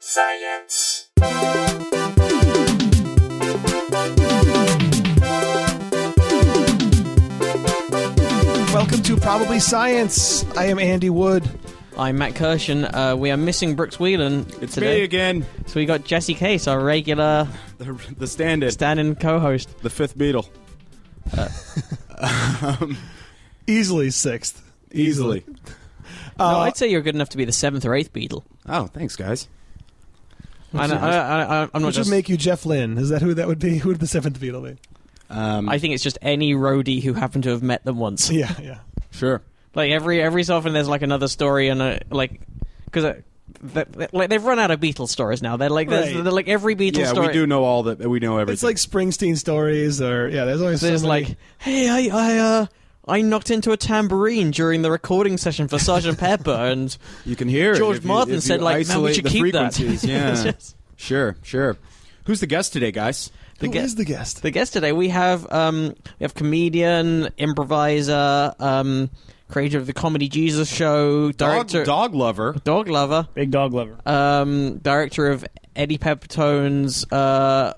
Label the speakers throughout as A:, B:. A: science.
B: Welcome to Probably Science. I am Andy Wood.
C: I'm Matt Kirshen. Uh, we are missing Brooks Whelan
D: It's
C: today.
D: me again,
C: So we got Jesse Case, our regular
D: the, the stand-in,
C: stand-in co-host.
D: the fifth Beatle,
B: Easily sixth.
D: easily. Uh,
C: no, I'd say you're good enough to be the seventh or eighth Beatle.
D: Oh, thanks, guys.
C: I, don't- I, I, I, I'm not
B: Which would
C: just.
B: make you Jeff Lynn. Is that who that would be? Who would the seventh Beatle
D: Um,
C: I think it's just any roadie who happened to have met them once.
B: be? Yeah, yeah.
D: sure.
C: Like every every so often, there's like another story and a, like because like they've run out of Beatles stories now. They're like there's
B: Right.
C: they're like every Beatles
D: Yeah,
C: story.
D: we do know all that. We know everything.
B: It's like Springsteen stories, or yeah. There's always so
C: There's
B: many-
C: like, hey, I I uh, I knocked into a tambourine during the recording session for Sergeant Pepper, and
D: you can hear it
C: George
D: if you-
C: Martin
D: if you
C: said like, man, we
D: isolate
C: should
D: the
C: keep that. It's
D: frequencies. Yeah,
C: just-
D: sure, sure. Who's the guest today, guys?
C: the
B: Who
C: guest-
B: is the guest?
C: The guest today we have um, we have comedian, improviser, um, creator of the Comedy Jesus Show,
D: Dog,
C: director,
D: dog lover.
C: dog lover,
E: Big dog lover.
C: um, director of Eddie Pepitone's uh,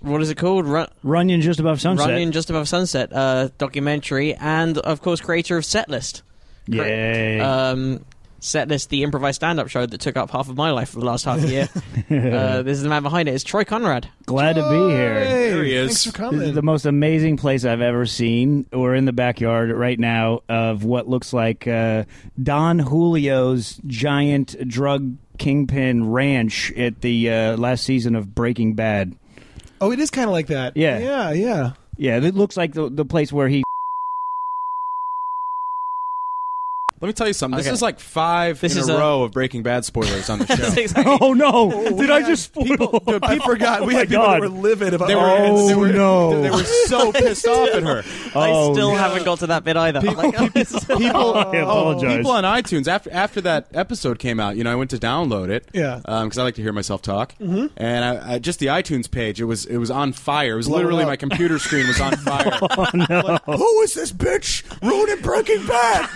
C: what is it called? Run,
E: Runyon just above sunset.
C: Running just above sunset uh, documentary, and of course creator of Setlist.
E: Yay.
C: Um, Setlist, the improvised stand-up show that took up half of my life for the last half year. uh, this is the man behind it. It's Troy Conrad.
E: Glad to be here.
B: Hey,
D: There he is.
B: Thanks for
E: This
B: coming.
E: is the most amazing place I've ever seen. We're in the backyard right now of what looks like uh, Don Julio's giant drug kingpin ranch at the uh, last season of Breaking Bad.
B: oh, it is kind of like that.
E: Yeah.
B: yeah, yeah.
E: Yeah, it looks like the, the place where he.
D: Let me tell you something. This
C: Okay.
D: is like five
C: This
D: in
C: is
D: a,
C: a-
D: row of Breaking Bad spoilers on the show.
E: Oh no! Did I just spoil? Oh
D: dude,
B: I
D: people-
B: forgot. we
E: my
B: had people
E: God.
B: that were livid about.
D: They were,
E: Oh,
D: they were,
E: no.
D: They were so pissed off at her.
C: I
E: Oh,
C: still
E: no.
C: haven't got to that bit either. Like, oh,
D: People,
E: I apologize.
D: people on iTunes after after that episode came out, you know, I went to download it,
B: Yeah.
D: because I like to hear myself talk, mm-hmm. and I, I, just the iTunes page, it was it was on fire. It was
B: Blown
D: literally
B: up.
D: my computer screen was on fire.
E: Oh,
B: Who is this bitch ruining Breaking Bad?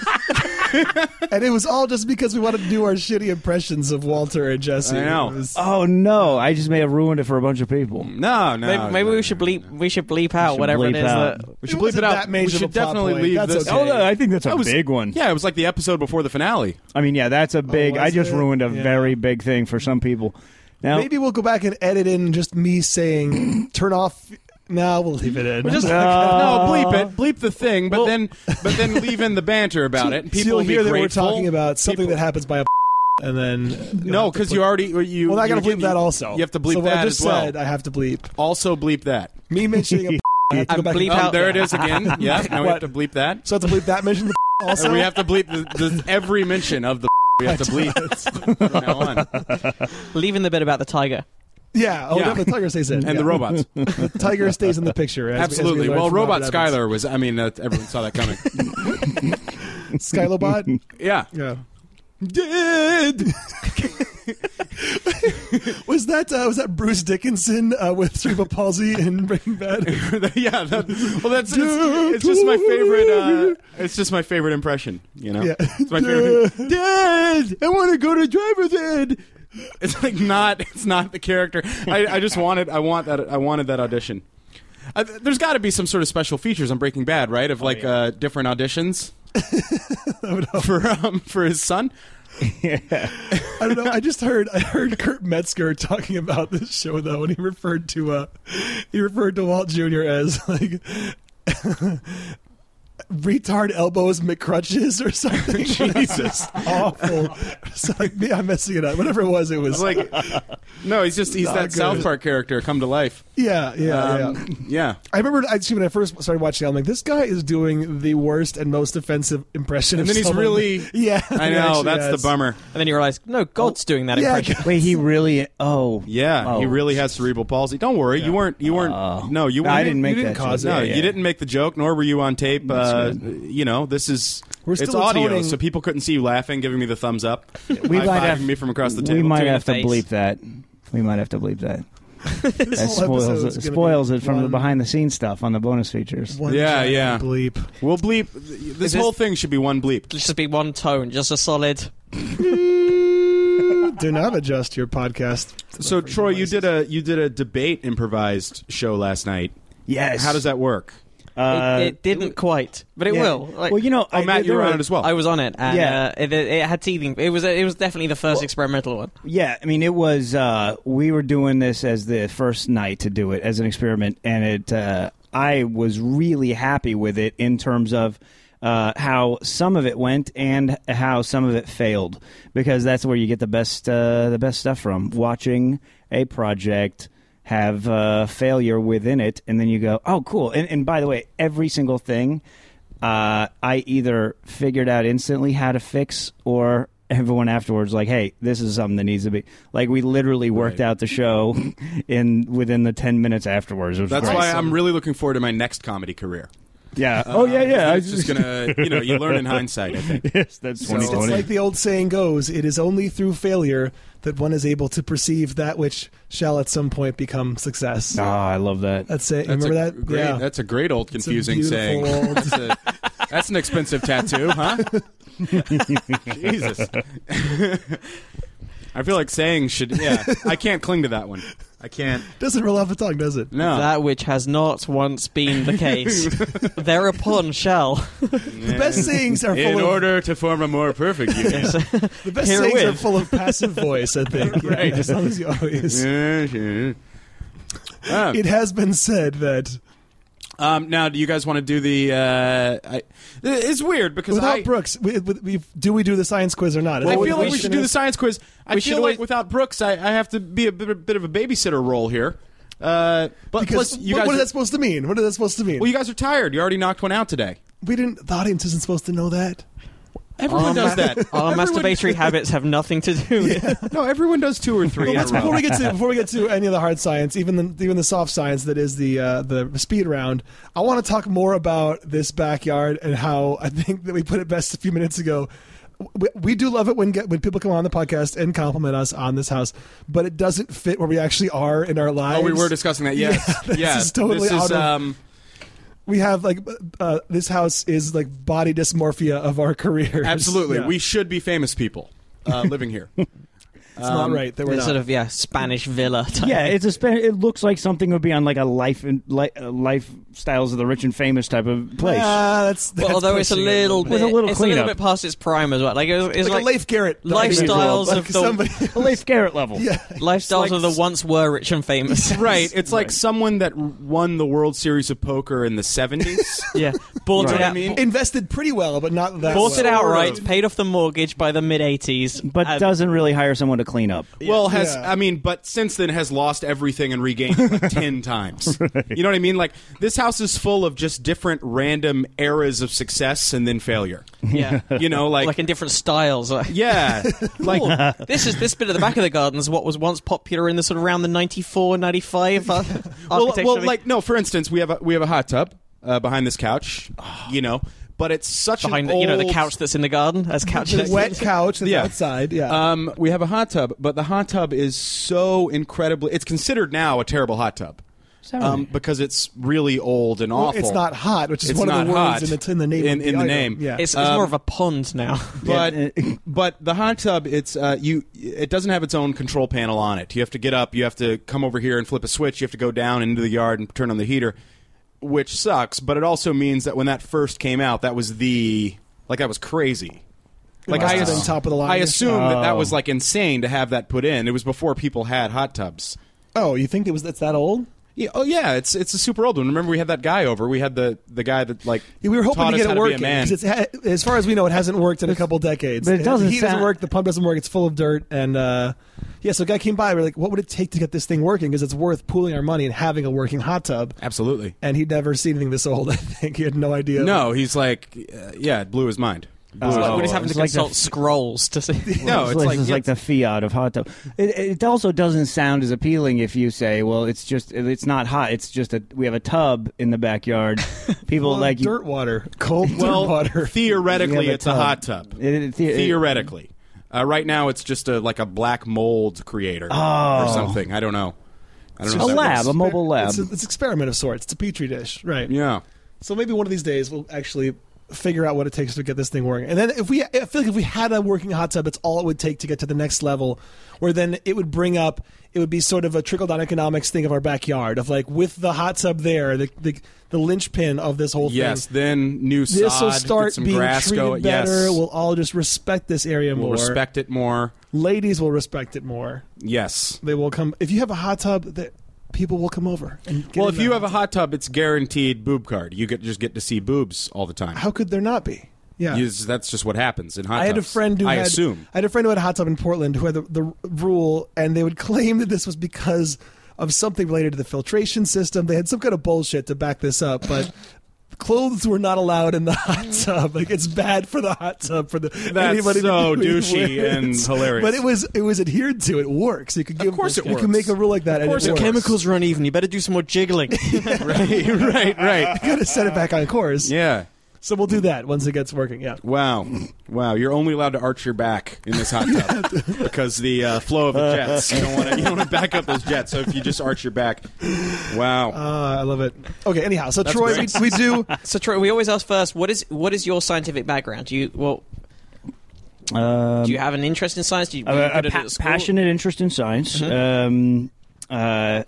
B: and it was all just because we wanted to do our shitty impressions of Walter and Jesse.
D: I know.
B: It was-
E: Oh no! I just may have ruined it for a bunch of people.
D: No, no.
C: maybe maybe
D: no,
C: we
D: no,
C: should
D: no.
C: bleep we should bleep out
E: should
C: whatever it
E: bleep
C: is
E: out.
C: that
D: We should
B: It
D: bleep it
B: wasn't that
D: out.
B: major
D: we
B: of a
D: should
B: plot
D: definitely
B: point.
D: leave
B: That's
D: this.
B: okay. Oh, no,
E: I think that's a
D: That was-
E: big one.
D: Yeah, it was like the episode before the finale.
E: I mean, yeah, that's a big.
B: Oh, was
E: I just
B: it?
E: ruined a
B: Yeah.
E: very big thing for some people. Now,
B: Maybe we'll go back and edit in just me saying turn off. No, we'll leave it in.
D: Just
E: Uh,
D: no, bleep it, bleep the thing, but
C: well-
D: then but then leave in the banter about it. and People
B: so you'll
D: will be
B: hear that we're
D: grateful.
B: talking about something that happens by a and then you'll
D: No,
B: have to
D: because
B: put-
D: you already you.
B: Well, I
D: you-
B: gotta bleep
D: you-
B: that also.
D: You have to bleep
B: so what
D: that
B: I just
D: as well.
B: said. I have to bleep
D: Also bleep that.
B: me mentioning a. I have to go
C: And
B: back
C: bleep
B: and-
C: out-
D: Oh, there it is again. Yeah, now we
B: What?
D: have to bleep that.
B: So I have to bleep that mention the also.
D: And we have to bleep the, the, every mention of the. We have to bleep from now on.
C: leaving the bit about the tiger.
B: yeah, oh,
D: Yeah.
B: definitely. Tiger stays in,
D: And the
B: Yeah.
D: robots,
B: Tiger stays in the picture. as we- as we
D: absolutely.
B: learned
D: Well,
B: from
D: Robot
B: Robert Evans.
D: Skyler was. I mean, that, everyone saw that coming.
B: Skylobot.
D: Yeah.
B: Yeah.
D: Did
B: Was that uh, was that Bruce Dickinson uh, with cerebral palsy in Breaking Bad?
D: yeah. That, well, that's it's, it's just my favorite. Uh, it's just my favorite impression. You know,
B: Yeah.
D: it's my favorite. Dad, I want to go to driver's ed. It's like not. It's not the character. I, I just wanted. I want that. I wanted that audition. Uh, th- there's got to be some sort of special features on Breaking Bad, right?
E: Oh,
D: Of like uh, different auditions for um, for his son.
B: I don't know. I just heard I heard Kurt Metzger talking about this show though, and he referred to uh, he referred to Walt Jr. as like retard elbows McCrutches or something. Jesus, awful. It's like, yeah, I'm messing it up. Whatever it was, it was
D: It's like no, he's just he's
B: Not
D: that South
B: good.
D: Park character come to life.
B: yeah, yeah, yeah.
D: Um, yeah.
B: I remember actually when I first started watching, it, I'm like, this guy is doing the worst and most offensive impression.
D: And
B: of
D: then he's
B: someone.
D: really-
B: yeah.
D: I
B: he
D: know
B: actually
D: that's
B: has.
D: the bummer.
C: And then you realize, no, God's doing that
B: Yeah,
C: impression.
E: Oh, wait, he really? Oh,
D: Yeah,
E: Oh.
D: he really has cerebral palsy. Don't worry, you weren't. You weren't.
E: Oh.
D: no, you.
E: No,
D: weren't,
E: I didn't make
D: you
E: that
D: cause
E: joke.
D: No,
E: Yeah, yeah.
D: you didn't make the joke, nor were you on tape. Uh, you know, this is.
B: We're
D: it's
B: still
D: audio,
B: atoning-
D: so people couldn't see you laughing, giving me the thumbs up,
E: we might have
D: high-fiving me from across the
E: We
D: table.
E: might
C: Two in
E: have
C: the
E: to
C: face.
E: bleep that. We might have to bleep that. That
B: whole
E: spoils
B: episode's
E: it,
B: gonna
E: spoils
B: be
E: it from the
B: one-
E: behind the scenes stuff on the bonus features.
B: One
D: Yeah,
B: giant
D: yeah.
B: Bleep.
D: We'll bleep. This
C: this-
D: whole thing should be one bleep.
C: It'll just be one tone, just a solid.
B: do not adjust your podcast.
D: So Troy, you did a you did a debate improvised show last night.
E: Yes.
D: How does that work?
E: Uh,
C: it, it didn't quite, but it
E: yeah.
C: will. Like,
E: well, you know,
D: Oh,
E: I-
D: Matt, you
E: there
D: were on
E: were-
D: it as well.
C: I was on it, and
E: Yeah.
C: uh, it, it had teething. It was it was definitely the first experimental one.
E: Yeah, I mean, it was. Uh, we were doing this as the first night to do it as an experiment, and it. Uh, I was really happy with it in terms of. Uh, how some of it went and how some of it failed, because that's where you get the best uh, the best stuff from. Watching a project have uh, failure within it, and then you go, "Oh, cool!" And, and by the way, every single thing uh, I either figured out instantly how to fix or everyone afterwards like hey this is something that needs to be like we literally worked
D: Right.
E: out the show in within the 10 minutes afterwards It was
D: That's
E: great.
D: why I'm really looking forward to my next comedy career. Um,
E: yeah oh yeah yeah I
D: It's just gonna you know you learn in hindsight. I think.
E: yes that's
D: So-
B: It's
E: 2020
B: like the old saying goes: "It is only through failure that one is able to perceive that which shall at some point become success."
E: ah i love that
B: That's it. You
D: That's
B: remember
D: a
B: that?
D: Great,
B: yeah.
D: That's a great
B: It's
D: old
B: a
D: confusing saying.
B: beautiful old-
D: That's, a- that's an expensive tattoo, huh? Jesus. I feel like saying should. Yeah, I can't cling to that one. I can't.
B: Doesn't roll off the tongue, does it?
D: No.
C: That which has not once been the case, thereupon shall.
B: The best sayings are full
D: In
B: of
D: order to form a more perfect union.
B: the best
C: Here
B: sayings are
C: with.
B: full of passive voice. I think. Yeah,
D: Right.
B: As long as you always.
D: Ah.
B: It has been said that
D: Um, now, do you guys want to do the? Uh, I, it's weird because
B: without
D: I,
B: Brooks, we, we, we- do we do the science quiz or not? Is
D: I
B: that what
D: feel
B: the
D: like we should
B: question
D: do the
B: is?
D: science quiz. I
C: We should
D: feel like
C: always-
D: without Brooks, I, I have to be a bit, a bit of a babysitter role here. Uh, but
B: Because
D: plus, you
B: what,
D: guys,
B: what
D: are,
B: is that supposed to mean? What is that supposed to mean?
D: well, you guys are tired. You already knocked one out today.
B: we didn't. The audience isn't supposed to know that.
D: Everyone
C: Our
D: does
C: ma-
D: that.
C: Our masturbatory habits have nothing to do with it.
D: No, everyone does two or three.
B: Well,
D: in a
B: let's- before
D: row.
B: we get to before we get to any of the hard science, even the even the soft science that is the uh, the speed round, I want to talk more about this backyard and how I think that we put it best a few minutes ago. We, we do love it when get, when people come on the podcast and compliment us on this house, but it doesn't fit where we actually are in our lives.
D: Oh, we were discussing that. Yes,
B: Yeah, this
D: yeah.
B: is totally
D: this
B: out
D: is,
B: of-
D: um,
B: We have like uh, this house is like body dysmorphia of our careers.
D: absolutely.
B: Yeah.
D: We should be famous people uh, living here. Um,
B: it's not Um, right that we're
C: It's
B: not.
C: sort of yeah, Spanish villa. Type.
E: yeah it's a span it looks like something would be on like a life and li- uh, lifestyles of the rich and famous type of place
B: Ah, that's,
C: But
B: that's
C: although it's a
B: pushing it
C: little bit,
E: With a little
C: it's a little bit
E: cleanup.
C: past its prime as well. Like it was, it's
B: like,
C: like,
B: a Leif Garrett
C: lifestyles
B: like
C: of the-
B: somebody.
E: a Leif Garrett level
B: yeah,
C: lifestyles
D: like
C: of the
D: s-
C: once were rich and famous.
D: right. It's like someone that won the World Series of Poker in the seventies.
C: yeah, bought
D: Right.
C: it out.
D: I mean-
B: invested pretty well, but not that.
C: Bought
B: well.
C: it outright,
D: of.
C: paid off the mortgage by the Uh, mid '80s,
E: but
D: Uh,
C: and-
E: doesn't really hire someone to clean up
D: Well, has
B: Yeah.
D: I mean, but since then has lost everything and regained it, like ten times. You know what I mean? Like this house is full of just different random eras of success and then failure.
C: yeah,
D: You know, like,
C: like in different styles. Like,
D: yeah, like
C: cool. this is this bit at the back of the garden is what was once popular in the sort of around the 94 95 uh,
D: well,
C: architecture
D: well, like no. For instance, we have a, we have a hot tub uh, behind this couch. You know, but it's such
C: behind
D: an
C: the, you know the
D: old-
C: couch that's in the garden as couch
B: The wet couch that's
D: Yeah.
B: outside. Yeah,
D: Um, we have a hot tub, but the hot tub is so incredibly. It's considered now a terrible hot tub. Um, because it's really old and
B: Well,
D: awful.
B: it's not hot, which is
D: It's
B: one of the
D: not
B: words
D: hot.
B: in the in the name.
D: In-
B: of the
D: in the
B: item.
D: name.
B: yeah.
C: It's, it's
D: Um,
C: more of a pond now.
D: but
E: Yeah.
D: but the hot tub it's uh, you it doesn't have its own control panel on it you have to get up you have to come over here and flip a switch you have to go down into the yard and turn on the heater which sucks but it also means that when that first came out that was the like that was crazy like
B: must
D: I,
B: have been
D: ass-
B: top of the line. Uh,
D: I assume that that
E: Oh.
D: was like insane to have that put in it was before people had hot tubs
B: oh, you think it was that's that old?
D: yeah, oh yeah, it's it's a super old one. Remember, we had that guy over. We had the the guy that like
B: Yeah, we were hoping
D: taught
B: to get
D: us
B: it
D: how be a
B: working
D: man.
B: 'cause it's ha- as far as we know, it hasn't worked in a couple decades.
E: but it doesn't
B: The heat doesn't
E: sound-
B: work. The pump doesn't work. It's full of dirt, and uh, yeah. So a guy came by. We're like, what would it take to get this thing working? Because it's worth pooling our money and having a working hot tub.
D: Absolutely.
B: And he'd never seen anything this old. I think he had no idea.
D: No, he's like, uh, yeah, it blew his mind. Blew his
E: Oh,
C: like, we're
D: mind.
C: just having
E: it's
C: to
E: like the-
C: consult scrolls to see.
D: No,
E: It's
D: Oh, it's
E: like,
D: like-
E: it's like
D: yeah.
E: the fiat of hot tub. It, it also doesn't sound as appealing if you say, "Well, it's just it's not hot. It's just a we have a tub in the backyard." People
B: Well,
E: like you-
B: dirt water, cold
D: well,
B: dirt water.
E: We
D: theoretically,
E: have a
D: it's a
E: tub.
D: hot tub.
E: It- it- the- it-
D: theoretically, uh, right now, it's just a like a black mold creator or
E: Oh.
D: something. I don't know. I don't
E: a
D: know. if that
E: lab,
D: works.
E: a mobile lab.
B: It's, a, it's an experiment of sorts. It's a petri dish, right?
D: Yeah.
B: So maybe one of these days we'll actually figure out what it takes to get this thing working. And then if we, I feel like if we had a working hot tub, it's all it would take to get to the next level, where then it would bring up, it would be sort of a trickle down economics thing of our backyard, of like with the hot tub there, the the, the linchpin of this whole
D: Yes,
B: thing.
D: then new sod.
B: This will
D: get
B: start
D: some
B: being
D: grass
B: treated
D: going.
B: better.
D: Yes,
B: We'll all just respect this area
D: We'll
B: more.
D: respect it more.
B: Ladies will respect it more.
D: Yes.
B: They will come. If you have a hot tub, that people will come over. And get
D: Well,
B: in
D: if you
B: there.
D: have a hot tub, it's guaranteed boob card. You get just get to see boobs all the time.
B: how could there not be? Yeah,
D: You- that's just what happens in hot tubs.
B: I had a friend who
D: I
B: had,
D: assume.
B: I had a friend who had a hot tub in Portland who had the, the rule, and they would claim that this was because of something related to the filtration system. They had some kind of bullshit to back this up, but. Clothes were not allowed in the hot tub. Like it's bad for the hot tub for the
D: That's
B: anybody
D: so
B: who
D: douchey
B: wears.
D: and hilarious.
B: But it was it was adhered to. It works. You could give
D: course it
B: you
D: works.
B: can make a rule like that.
D: Of course
B: and
D: it
B: it works.
C: Chemicals are uneven. You better do some more jiggling.
D: right, right, right.
B: You gotta set it back on course.
D: Yeah.
B: So we'll do that once it gets working. Yeah.
D: Wow, wow! You're only allowed to arch your back in this hot tub because the uh, flow of the jets. You don't want to. You don't want to back up those jets. So if you just arch your back, wow.
B: Uh, I love it. Okay. Anyhow, so Troy, we,
D: great.
B: we do.
C: so Troy, we always ask first, what is what is your scientific background? Do you well,
E: Um,
C: do you have an interest in science? Do you, were you
E: a, a
C: good at it
E: pa-
C: at school? Mm-hmm.
E: passionate interest in science. Um, uh,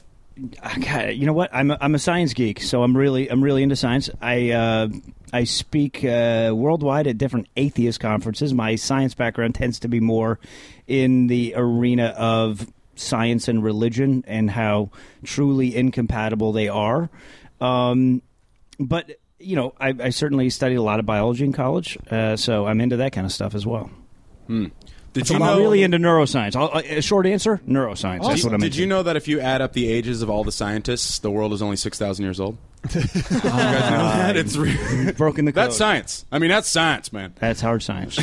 E: I got- you know what? I'm a, I'm a science geek, so I'm really I'm really into science. I uh, I speak uh, worldwide at different atheist conferences. My science background tends to be more in the arena of science and religion and how truly incompatible they are. Um, but you know, I, I certainly studied a lot of biology in college, uh, so I'm into that kind of stuff as well.
D: Did
E: So
D: you know?
E: I'm really into neuroscience. I'll, uh, short answer: neuroscience. That's what
D: did,
E: I'm
D: did you know that if you add up the ages of all the scientists, the world is only six thousand years old? you guys know that? It's re-
E: broken the code.
D: that's science. I mean, that's science, man.
E: That's hard science.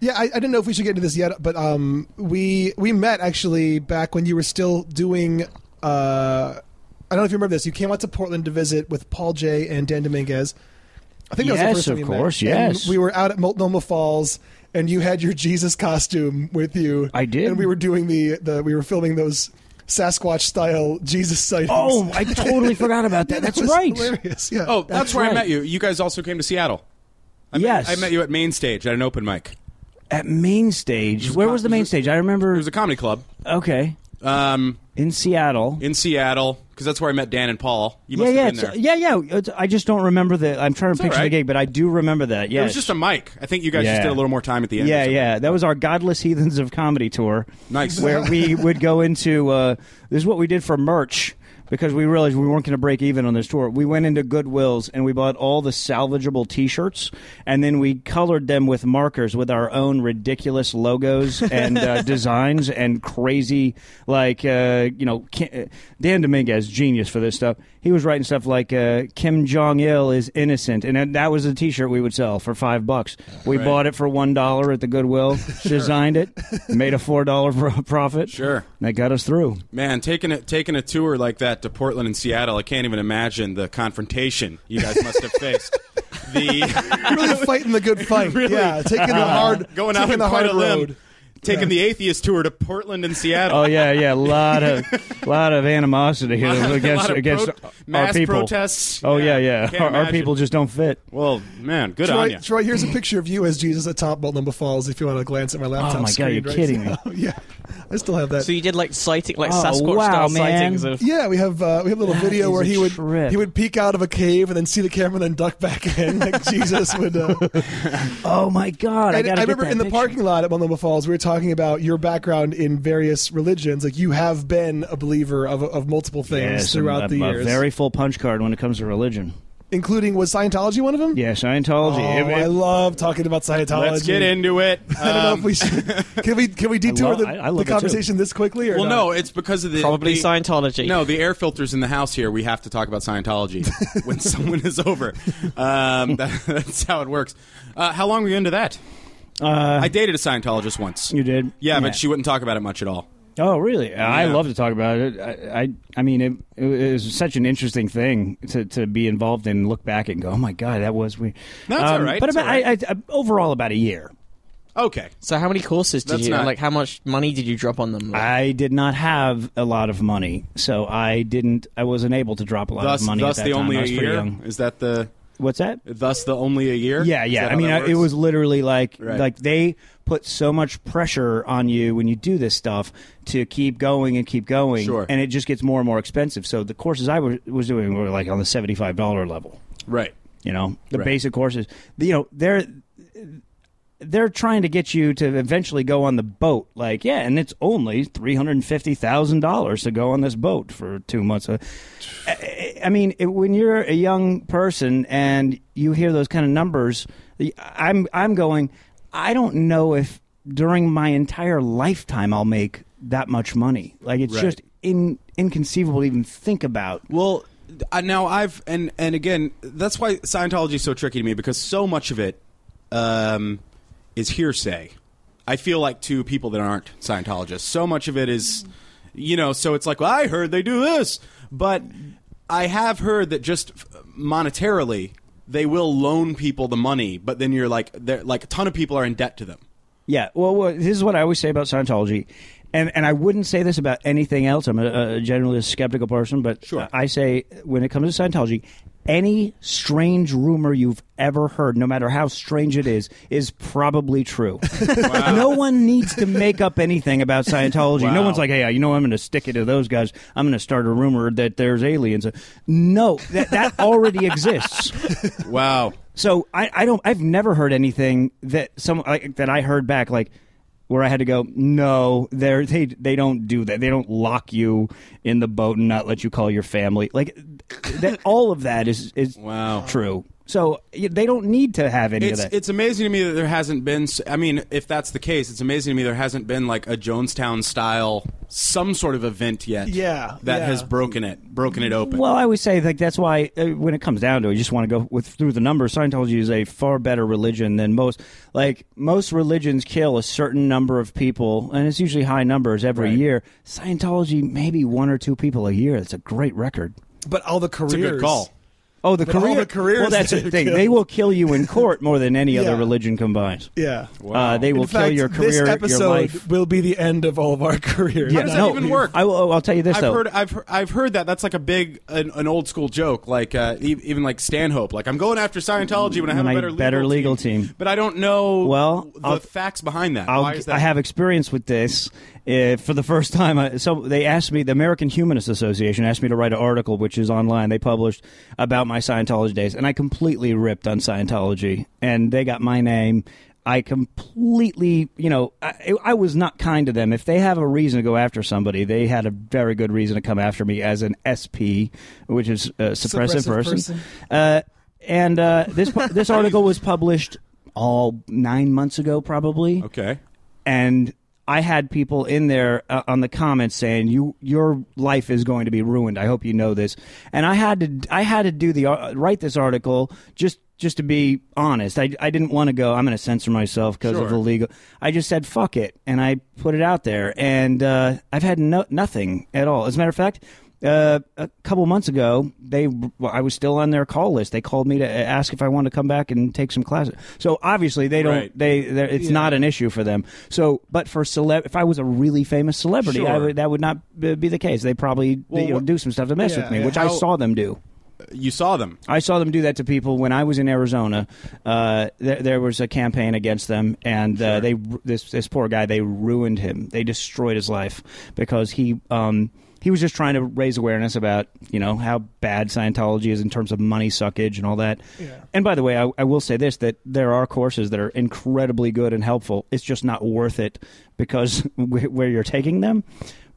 B: Yeah, I, I didn't know if we should get into this yet, but um, we we met actually back when you were still doing. Uh, I don't know if you remember this. You came out to Portland to visit with Paul J and Dan Dominguez. I think that was the
E: Yes,
B: first time
E: of
B: you met.
E: course,
B: And
E: yes.
B: we were out at Multnomah Falls, and you had your Jesus costume with you.
E: I did.
B: and we were doing the, the we were filming those Sasquatch style Jesus sightings.
E: oh, I totally forgot about
B: Yeah, that
E: that. That's
B: was
E: right.
B: Hilarious. Yeah.
D: Oh, that's, where I
E: right.
D: met you. You guys also came to Seattle. I met-
E: Yes.
D: I met you at Main Stage at an open mic.
E: At main stage. Where was the main stage? I
D: It
E: remember.
D: was a comedy club
E: Okay,
D: um,
E: in Seattle.
D: in Seattle because that's where I met Dan and Paul. You
E: Yeah,
D: must
E: yeah,
D: have been
E: it's,
D: there.
E: yeah, yeah. It's- I just don't remember the. I'm trying to picture
D: all
E: the
D: right.
E: gig, but I do remember that. Yeah,
D: It was just a mic. I think you guys just
E: Yeah.
D: did a little more time at the end. or
E: Yeah,
D: something.
E: yeah. That was our Godless Heathens of Comedy tour.
D: Nice.
E: Where we would go into uh, this is what we did for merch because we realized we weren't going to break even on this tour. We went into Goodwill's and we bought all the salvageable t shirts and then we colored them with markers with our own ridiculous logos and uh, designs and crazy, like, uh, you know, Ki- Dan Dominguez, genius for this stuff. He was writing stuff like uh, Kim Jong il is innocent. And that- that was a t shirt we would sell for five bucks. We
D: Right.
E: bought it bought it for one dollar at the Goodwill, designed it, made a four dollar profit.
D: Sure.
E: that got us through.
D: Man, taking a taking a tour like that to Portland and Seattle, I can't even imagine the confrontation you guys must have faced. The
B: really fighting the good fight. Yeah, taking the
E: Uh-huh.
B: hard
D: going out
B: taking
D: on
B: the
D: quite
B: hard
D: a limb,
B: road.
D: taking the atheist tour to Portland and Seattle.
E: Oh yeah, yeah, lot of lot of animosity here
D: A
E: against
D: lot of
E: against
D: pro-
E: our
D: mass
E: people.
D: protests.
E: Oh yeah, yeah.
D: Can't
E: Our, our
D: imagine.
E: people just don't fit.
D: Well, man, good on
B: Troy,
D: you.
B: Troy, here's a picture of you as Jesus at top Multnomah Falls. If you want to glance at my laptop,
E: Oh my God,
B: screen
E: you're
B: right
E: kidding
B: now.
E: me.
B: yeah, I still have that.
C: So you did like sighting, like
E: Oh,
C: Sasquatch
E: wow,
C: style
E: man.
C: sightings of.
B: yeah, we have uh, we have a little video
E: is
B: where
E: a
B: he would
E: trip.
B: he would peek out of a cave and then see the camera and then duck back in like Jesus would. Uh,
E: Oh my God, I
B: And
E: gotta
B: remember
E: get that
B: in the
E: picture.
B: parking lot at Multnomah Falls, we were talking about your background in various religions. Like you have been a believer of, of multiple things
E: Yes,
B: throughout
E: I'm
B: the
E: a,
B: years,
E: very full punch card when it comes to religion.
B: including was Scientology one of them?
E: Yeah, Scientology.
B: Oh,
E: It- it-
B: I love talking about Scientology.
D: Let's get into it.
B: I don't know
D: Um,
B: if we should. Can we can we detour
E: love-
B: the,
E: I- I love
B: the
E: it too.
B: conversation this quickly? Or
D: well,
B: not?
D: no, it's because of the
C: Probably
D: the-
C: Scientology.
D: No, the air filters in the house here. We have to talk about Scientology when someone is over. Um, that, that's how it works. Uh, how long were you into that?
E: uh,
D: I dated a Scientologist once.
E: you did.
D: Yeah, but she wouldn't talk about it much at all.
E: Oh, really? I
D: Yeah.
E: love to talk about it. I, I, I mean, it, it was such an interesting thing to, to be involved in, and look back and go, "Oh my god, that was weird."
D: No, it's all right.
E: But
D: It's
E: about,
D: all right.
E: I, I, overall, about a year.
D: Okay.
C: So how many courses did
D: That's
C: you
D: not-
C: like? How much money did you drop on them? Like,
E: I did not have a lot of money, so I didn't. I wasn't able to drop a lot
D: Thus,
E: of money.
D: thus
E: at that
D: the
E: time.
D: only
E: I
D: a
E: was pretty
D: year.
E: young.
D: Is that the?
E: What's that?
D: Thus, the only a year.
E: Yeah,
D: Is
E: yeah.
D: that
E: I
D: how
E: mean,
D: that
E: I, it
D: works?
E: was literally like
D: Right.
E: like they put so much pressure on you when you do this stuff to keep going and keep going,
D: Sure.
E: and it just gets more and more expensive. So the courses I was, was doing were like on the seventy five dollar level.
D: right.
E: You know, the
D: Right.
E: basic courses. You know, they're they're trying to get you to eventually go on the boat. Like, yeah, and it's only three hundred and fifty thousand dollars to go on this boat for two months. Uh, I, I mean, it, when you're a young person and you hear those kind of numbers, the- I'm I'm going. I don't know if during my entire lifetime I'll make that much money. Like, it's
D: Right.
E: just in, inconceivable to even think about.
D: Well, I, now I've and and again, that's why Scientology is so tricky to me because so much of it um, is hearsay. I feel like to people that aren't Scientologists, so much of it is, you know. So it's like, well, I heard they do this, but I have heard that just f- monetarily they will loan people the money, but then you're like, they're like a ton of people are in debt to them.
E: Yeah. Well, well, this is what I always say about Scientology, and and I wouldn't say this about anything else. I'm a, a generally a skeptical person, but
D: Sure.
E: I say when it comes to Scientology, any strange rumor you've ever heard, no matter how strange it is, is probably true. No one needs to make up anything about Scientology. No
D: Wow.
E: one's like, hey, you know, I'm going to stick it to those guys. I'm going to start a rumor that there's aliens. No, that, that already exists.
D: Wow.
E: So I, I don't I've never heard anything that some like, that I heard back like where I had to go no they they they don't do that they don't lock you in the boat and not let you call your family like that all of that is is
D: Wow.
E: true so y- they don't need to have any
D: it's,
E: of that
D: It's amazing to me that there hasn't been. s- I mean, if that's the case, it's amazing to me there hasn't been like a Jonestown style, some sort of event yet.
B: Yeah,
D: that
B: yeah.
D: has broken it, broken it open.
E: well I always say like that's why uh, when it comes down to it you just want to go with through the numbers Scientology is a far better religion than most like most religions kill a certain number of people and it's usually high numbers every
D: Right.
E: year year. Scientology, maybe one or two people a year. That's a great record.
B: But all the careers.
D: it's a good call.
E: Oh, the
B: But all
E: career.
B: the careers
E: well, that's
B: that
E: the
B: are
E: thing.
B: killed.
E: They will kill you in court more than any other
B: Yeah.
E: religion combined.
B: Yeah.
E: Uh, they will
B: In
E: kill
B: fact,
E: your career,
B: This episode
E: your life.
B: will be the end of all of our careers.
D: How does that
E: no,
D: even work?
E: I will, oh, I'll tell you this
D: I've
E: though.
D: heard, I've, he- I've heard that that's like a big, an, an old school joke, like uh, e- even like Stanhope, like I'm going after Scientology when I have
E: When
D: a
E: I-
D: better legal,
E: better
D: team.
E: legal team.
D: but I don't know
E: Well,
D: the
E: I'll-
D: facts behind that.
E: I'll,
D: Why is that?
E: I have experience with this uh, for the first time. I, so they asked me, the American Humanist Association asked me to write an article, which is online. They published about my Scientology days, and I completely ripped on Scientology, and they got my name. I completely, you know, I, I was not kind to them. If they have a reason to go after somebody, they had a very good reason to come after me as an SP, which is uh, suppressive,
B: Suppressive person.
E: Uh, and uh, this this article was published all nine months ago, probably
D: okay.
E: and I had people in there uh, on the comments saying you your life is going to be ruined. I hope you know this. And I had to I had to do the ar- write this article just just to be honest. I, I didn't want to go. I'm going to censor myself because
D: Sure.
E: of the legal. I just said fuck it and I put it out there. And uh, I've had no, nothing at all. As a matter of fact. Uh, a couple months ago, they well, I was still on their call list. They called me to uh, ask if I wanted to come back and take some classes. So obviously they don't
D: Right.
E: they they're- it's not an issue for them. So, but for celeb, if I was a really famous celebrity, I
D: Sure.
E: would, that would not b- be the case. They probably
D: Well,
E: you know,
D: wh-
E: do some stuff to mess
B: Yeah,
E: with me,
B: yeah.
E: which I
D: How-
E: saw them do.
D: You saw them.
E: I saw them do that to people when I was in Arizona. Uh, there, there was a campaign against them, and uh, they this this poor guy they ruined him. They destroyed his life because he um, he was just trying to raise awareness about you know how bad Scientology is in terms of money suckage and all that.
B: Yeah.
E: And by the way, I, I will say this that there are courses that are incredibly good and helpful. It's just not worth it because where where you're taking them.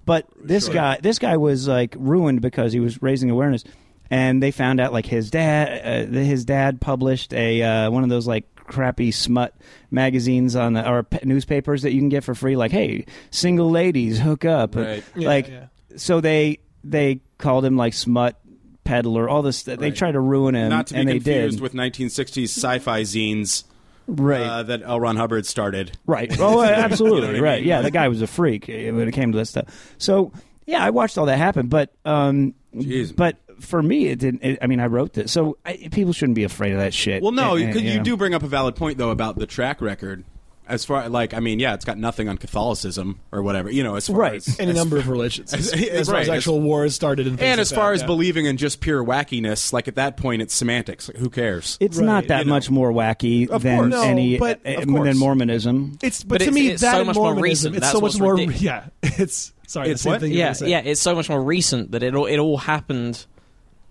E: But this guy, this guy was like ruined because he was raising awareness, and they found out like his dad, uh, his dad published a uh, one of those like crappy smut magazines on the, or pe- newspapers that you can get for free. Like, hey, single ladies hook up,
D: Right.
B: Yeah,
E: like
B: yeah.
E: so they they called him like smut peddler. All this they
D: Right.
E: tried to ruin him,
D: Not to be
E: and they
D: confused
E: did
D: with 1960s sci-fi zines
E: right.
D: uh, that L. Ron Hubbard started.
E: Right. Oh, absolutely.
D: You know what I
E: right.
D: mean?
E: Yeah, the guy was a freak eh, when it came to that stuff. So, yeah, I watched all that happen, but um,
D: Jeez.
E: but for me, it didn't. It, I mean, I wrote this, so I, people shouldn't be afraid of that shit.
D: Well, no,
E: Eh, eh,
D: because you
E: know.
D: do bring up a valid point though about the track record. as far like I mean, yeah, it's got nothing on Catholicism or whatever. You know, as far
E: Right.
D: as
B: Any number of religions, as, as far
D: Right,
B: as
D: as-
B: actual wars started and things
D: and
B: like
D: as far
B: that,
D: as
B: yeah.
D: believing in just pure wackiness, like at that point, it's semantics. Like, who cares?
E: It's
B: Right,
E: not that
D: you know.
E: much more wacky
D: Of
E: than
D: course. No,
E: any
B: but-
E: uh,
D: of
E: than
D: course.
E: Mormonism.
B: it's but,
C: But
B: to
C: it's-
B: me
C: it's
B: that
C: so
B: and
C: much more
B: Mormonism,
C: recent.
B: It's
C: That's
B: so much
C: what's
B: more.
C: ridiculous.
B: Yeah, it's sorry.
D: It's
B: the same
D: what?
B: thing. you were
C: yeah,
B: gonna say.
C: yeah. It's so much more recent that it all it all happened.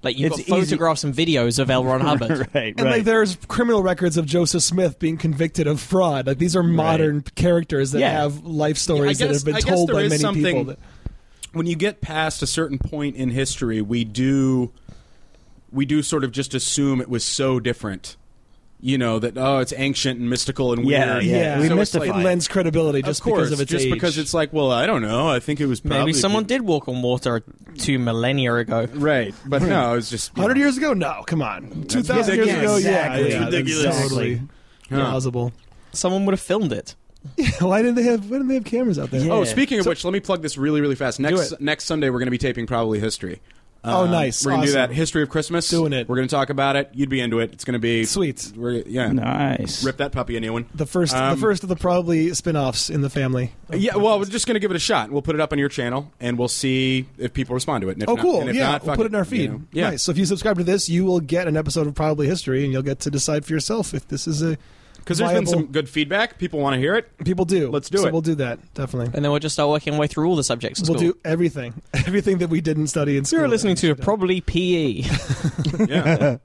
C: Like you've
E: It's
C: got
E: easy-
C: photographs and videos of L. Ron Hubbard.
E: right,
B: And like
E: right.
B: there's criminal records of Joseph Smith being convicted of fraud. Like these are modern characters that
E: Yeah.
B: have life stories
D: guess-
B: that
D: I
B: have
D: guess
B: been told
D: there
B: by
D: is
B: many
D: something-
B: people. That,
D: when you get past a certain point in history, we do we do sort of just assume it was so different. You know that oh, it's ancient and mystical and
E: Yeah,
D: weird.
E: yeah.
B: yeah,
E: We
D: so it's
E: mystify
D: like,
B: it lends credibility
D: Of
B: just
D: course,
B: because of its
D: just
B: age.
D: because it's like, well, I don't know. I think it was probably
C: Maybe someone did walk on water two millennia ago.
D: right, but no, it's just you know.
B: Hundred years ago, no, come on, two thousand years
D: ridiculous.
B: ago,
E: Exactly.
B: yeah, yeah,
E: It's
B: that's
E: ridiculous.
B: totally
D: Huh.
B: plausible.
C: Someone would have filmed it.
B: why didn't they have? Why didn't they have cameras out there?
E: Yeah.
D: Oh, speaking of which, let me plug this really, really fast. Next
B: it.
D: next Sunday, we're going to be taping probably history. Um,
B: Oh, nice.
D: We're gonna do
B: Awesome.
D: that history of Christmas.
B: Doing it.
D: We're going to talk about it. You'd be into it. It's going to be
B: Sweet.
D: We're, yeah.
E: nice.
D: Rip that puppy, anyone?
B: The first,
D: Um,
B: the first of the probably spin-offs in the family.
D: Yeah, well, we're just going to give it a shot. We'll put it up on your channel, and we'll see if people respond to it. And if
B: Oh,
D: not-
B: cool!
D: and if
B: yeah,
D: not,
B: we'll
D: fuck
B: put it in our feed.
D: you know? Yeah.
B: Nice. So if you subscribe to this, you will get an episode of Probably History, and you'll get to decide for yourself if this is a
D: Because there's been
B: viable-
D: some good feedback. People want to hear it.
B: people do.
D: Let's do
B: so
D: it.
B: We'll do that definitely.
C: And then we'll just start working our way through all the subjects. at
B: we'll
C: school.
B: do everything, everything that we didn't study in school.
C: You're listening to probably E, PE.
D: Yeah.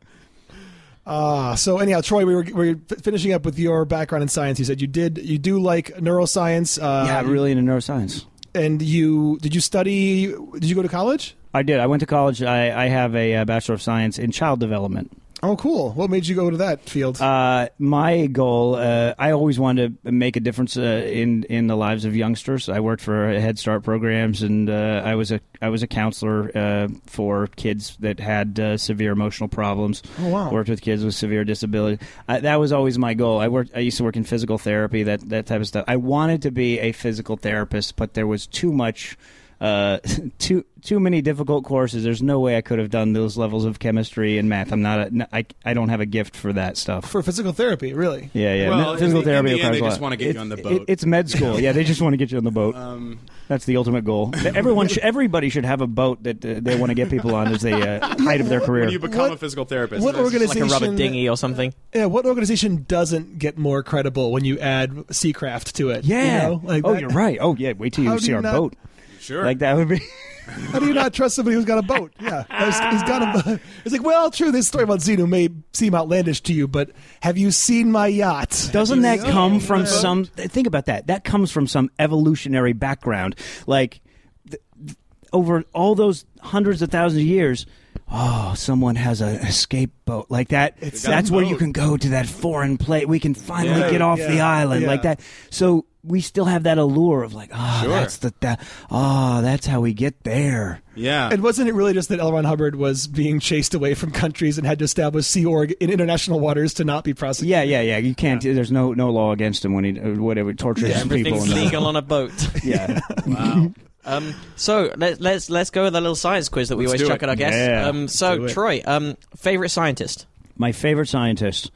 B: Ah, so anyhow, Troy, we were, we were f- finishing up with your background in science. You said you did, you do like neuroscience. Uh,
D: um,
E: yeah, I'm really into neuroscience.
B: And you did you study? Did you go to college?
E: I did. I went to college. I, I have a, uh bachelor of science in child development.
B: Oh, cool. What made you go to that field?
E: Uh, my goal, uh, I always wanted to make a difference uh, in in the lives of youngsters. I worked for Head Start programs, and uh, I was a I was a counselor uh, for kids that had uh, severe emotional problems.
B: oh, wow.
E: Worked with kids with severe disability. I, that was always my goal. I worked. I used to work in physical therapy, that that type of stuff. I wanted to be a physical therapist, but there was too much. Uh, too too many difficult courses. There's no way I could have done those levels of chemistry and math. I'm not. A, I I don't have a gift for that stuff.
B: for physical therapy, really?
E: Yeah, yeah.
D: Well,
E: Me- physical
D: in the- in
E: therapy
D: the end,
E: requires
D: they
E: a lot.
D: just wanna get you
E: It's-
D: on the
E: it-
D: boat.
E: it's med school. Yeah, they just want to get you on the boat.
D: um,
E: That's the ultimate goal. Everyone, should, everybody should have a boat that uh, they want to get people on as the uh, height of their career.
D: when you become
B: What-
D: a physical therapist,
B: what
D: it's just
C: like a rubber
B: Organization-
C: dinghy or something.
B: Yeah, what organization doesn't get more credible when you add Seacraft to it?
E: yeah.
B: You know? like
E: oh,
B: that-
E: you're right. Oh, yeah. Wait till
B: How
E: you
B: do
E: see
B: you
E: our
B: not-
E: boat.
D: like, sure.
E: Like that would be.
B: How do you not trust somebody who's got a boat? Yeah, he's, he's got a. It's like, well, true. This story about Xenu may seem outlandish to you, but have you seen my yacht?
E: Doesn't that come from
B: Yeah.
E: some? Think about that. That comes from some evolutionary background. Like th- th- over all those hundreds of thousands of years, oh, someone has an escape boat like that.
D: got a
E: That's where you
D: boat.
E: can go to that foreign place. We can finally
D: Yeah.
E: get off the
B: Yeah.
E: island like
B: Yeah.
E: that. So we still have that allure of like, ah,
D: Sure.
E: that's the that, ah, that's how we get there.
D: yeah.
B: And wasn't it really just that L. Ron Hubbard was being chased away from countries and had to establish Sea Org in international waters to not be prosecuted?
E: Yeah, yeah, yeah. You can't. There's no no law against him when he uh, whatever tortures people.
C: Everything's
E: and-
C: legal on a boat.
E: Yeah.
D: wow.
C: Um, so let, let's let's go with a little science quiz that we always
D: Let's do
C: chuck
D: it.
C: at our guests.
E: Yeah.
C: Um, so
B: do it.
C: Troy, um, favorite scientist?
E: my favorite scientist.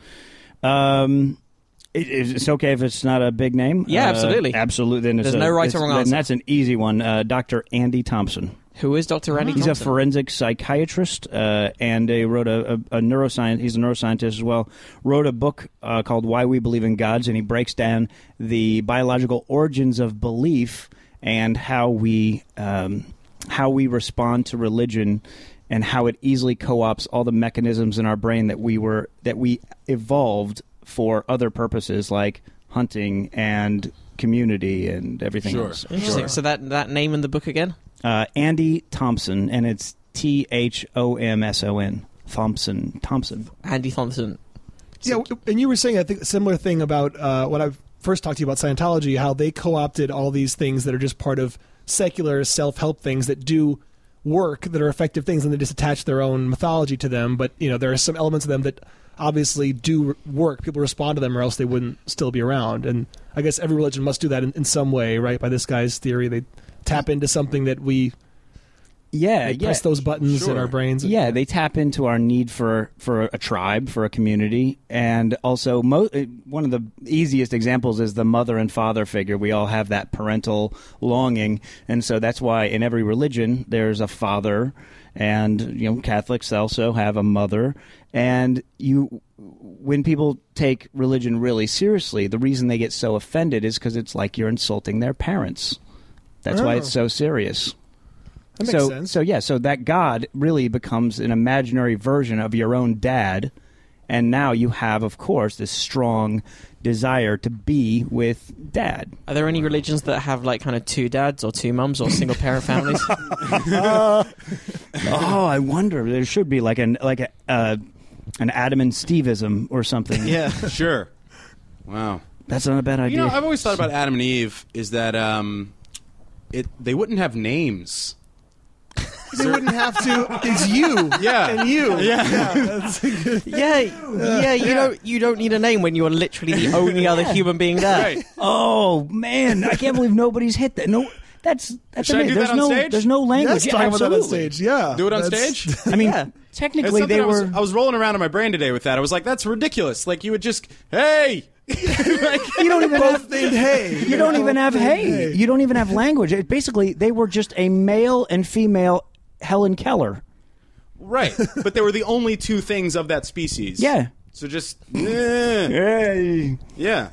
E: Um, it, it's okay if it's not a big name.
C: Yeah, absolutely.
E: absolutely. Then it's
C: There's
E: a-
C: no right or
E: it's-
C: wrong
E: then
C: answer.
E: That's an easy one. Uh, Dr. Andy Thompson.
C: Who is Dr. Randy
E: He's a
C: Thompson?
E: forensic psychiatrist, uh, and he wrote a, a, a neuroscience. He's a neuroscientist as well. Wrote a book uh, called "Why We Believe in Gods," and he breaks down the biological origins of belief and how we um, how we respond to religion, and how it easily co-ops all the mechanisms in our brain that we were that we evolved for other purposes like hunting and community and everything
D: Sure.
E: else.
C: Interesting. So that that name in the book again?
E: Uh, Andy Thompson, and it's T H O M S O N. Thompson. Thompson.
C: Andy Thompson.
B: Yeah, and you were saying I think a similar thing about uh, when I first talked to you about Scientology, how they co-opted all these things that are just part of secular self-help things that do work that are effective things, and they just attach their own mythology to them. But you know, there are some elements of them that obviously do work. People respond to them, or else they wouldn't still be around. And I guess every religion must do that in, in some way, right? By this guy's theory, they tap into something that we
E: yeah,
B: They
E: yeah.
B: press those buttons
D: Sure.
B: in our brains.
E: Yeah, they tap into our need for for a tribe, for a community, and also mo- uh, one of the easiest examples is the mother and father figure. We all have that parental longing, and so that's why in every religion there's a father, and you know Catholics also have a mother, and you when people take religion really seriously, the reason they get so offended is because it's like you're insulting their parents. That's why
B: Oh.
E: it's so serious
B: that makes
E: so,
B: sense.
E: So yeah, so that God really becomes an imaginary version of your own dad, and now you have, of course, this strong desire to be with dad.
C: Are there any religions that have like kind of two dads or two mums or single parent families?
E: oh, I wonder. There should be like an like a uh, an Adam and Steveism or something.
C: yeah.
D: Sure. Wow.
E: that's not a bad idea.
D: You know, I've always thought about Adam and Eve is that um, it they wouldn't have names.
B: they wouldn't have to. It's you.
D: Yeah.
B: And you.
D: Yeah.
B: that's a good-
C: Yeah, yeah, you don't you don't need a name when you're literally the only other human being there.
D: Right.
E: oh man, I can't believe nobody's hit that. No, that's that's
D: Should I
E: amazing.
D: do that
E: there's
D: on
E: no
D: stage?
E: there's no language.
B: Yes,
E: Yeah,
B: talking about that on
E: absolutely.
B: stage. Yeah.
D: Do it on
B: That's-
D: stage.
E: I mean,
C: Yeah.
D: It's
E: technically
D: something
E: they
D: I was,
E: were.
D: I was rolling around in my brain today with that. I was like, that's ridiculous. Like you would just hey. Like-
E: you don't even have
B: Both named Hay.
E: You don't even have hey.
B: hay.
E: You don't even have language. It, basically, they were just a male and female Helen Keller.
D: right. But they were the only two things of that species.
E: Yeah.
D: So just eh.
E: Hey.
D: yeah.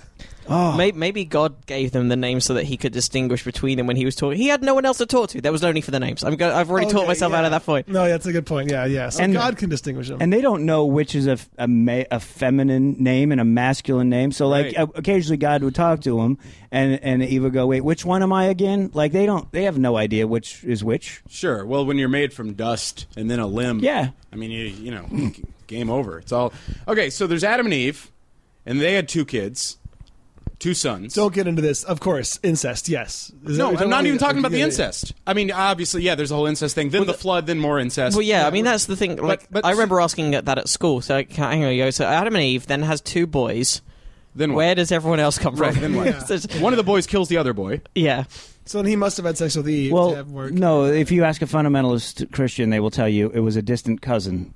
C: May- Maybe God gave them the names so that He could distinguish between them when He was talking. He had no one else to talk to. There was no need for the names. I'm go- I've already taught
B: Okay,
C: myself
B: yeah.
C: out of that point.
B: No, that's a good point. Yeah, yeah. So
E: And-
B: God can distinguish them.
E: And they don't know which is a f- a, ma- a feminine name and a masculine name. So like
D: Right.
E: o- occasionally God would talk to him, and and Eve would go, "Wait, which one am I again?" Like they don't. They have no idea which is which.
D: Sure. Well, when you're made from dust and then a limb.
E: Yeah.
D: I mean, you, you know, g- game over. It's all okay. So there's Adam and Eve, and they had two kids, two sons.
B: don't get into this. Of course, incest. Yes. Is that
D: no,
B: what you're
D: I'm not even
B: about?
D: talking about
B: Okay,
D: the
B: yeah, yeah.
D: incest. I mean, obviously, yeah. There's a whole incest thing. Then the, flood. Then more incest.
C: Well, yeah, I mean that's the thing. Like,
D: but-
C: I remember asking at that at school. So like, hang on, yo. So Adam and Eve then has two boys.
D: Then what?
C: Where does everyone else come from?
D: Right, then what?
C: So it's-
D: One of the boys kills the other boy.
C: yeah.
B: So then he must have had sex with Eve to
E: Well,
B: have work.
E: no. If you ask a fundamentalist Christian, they will tell you it was a distant cousin.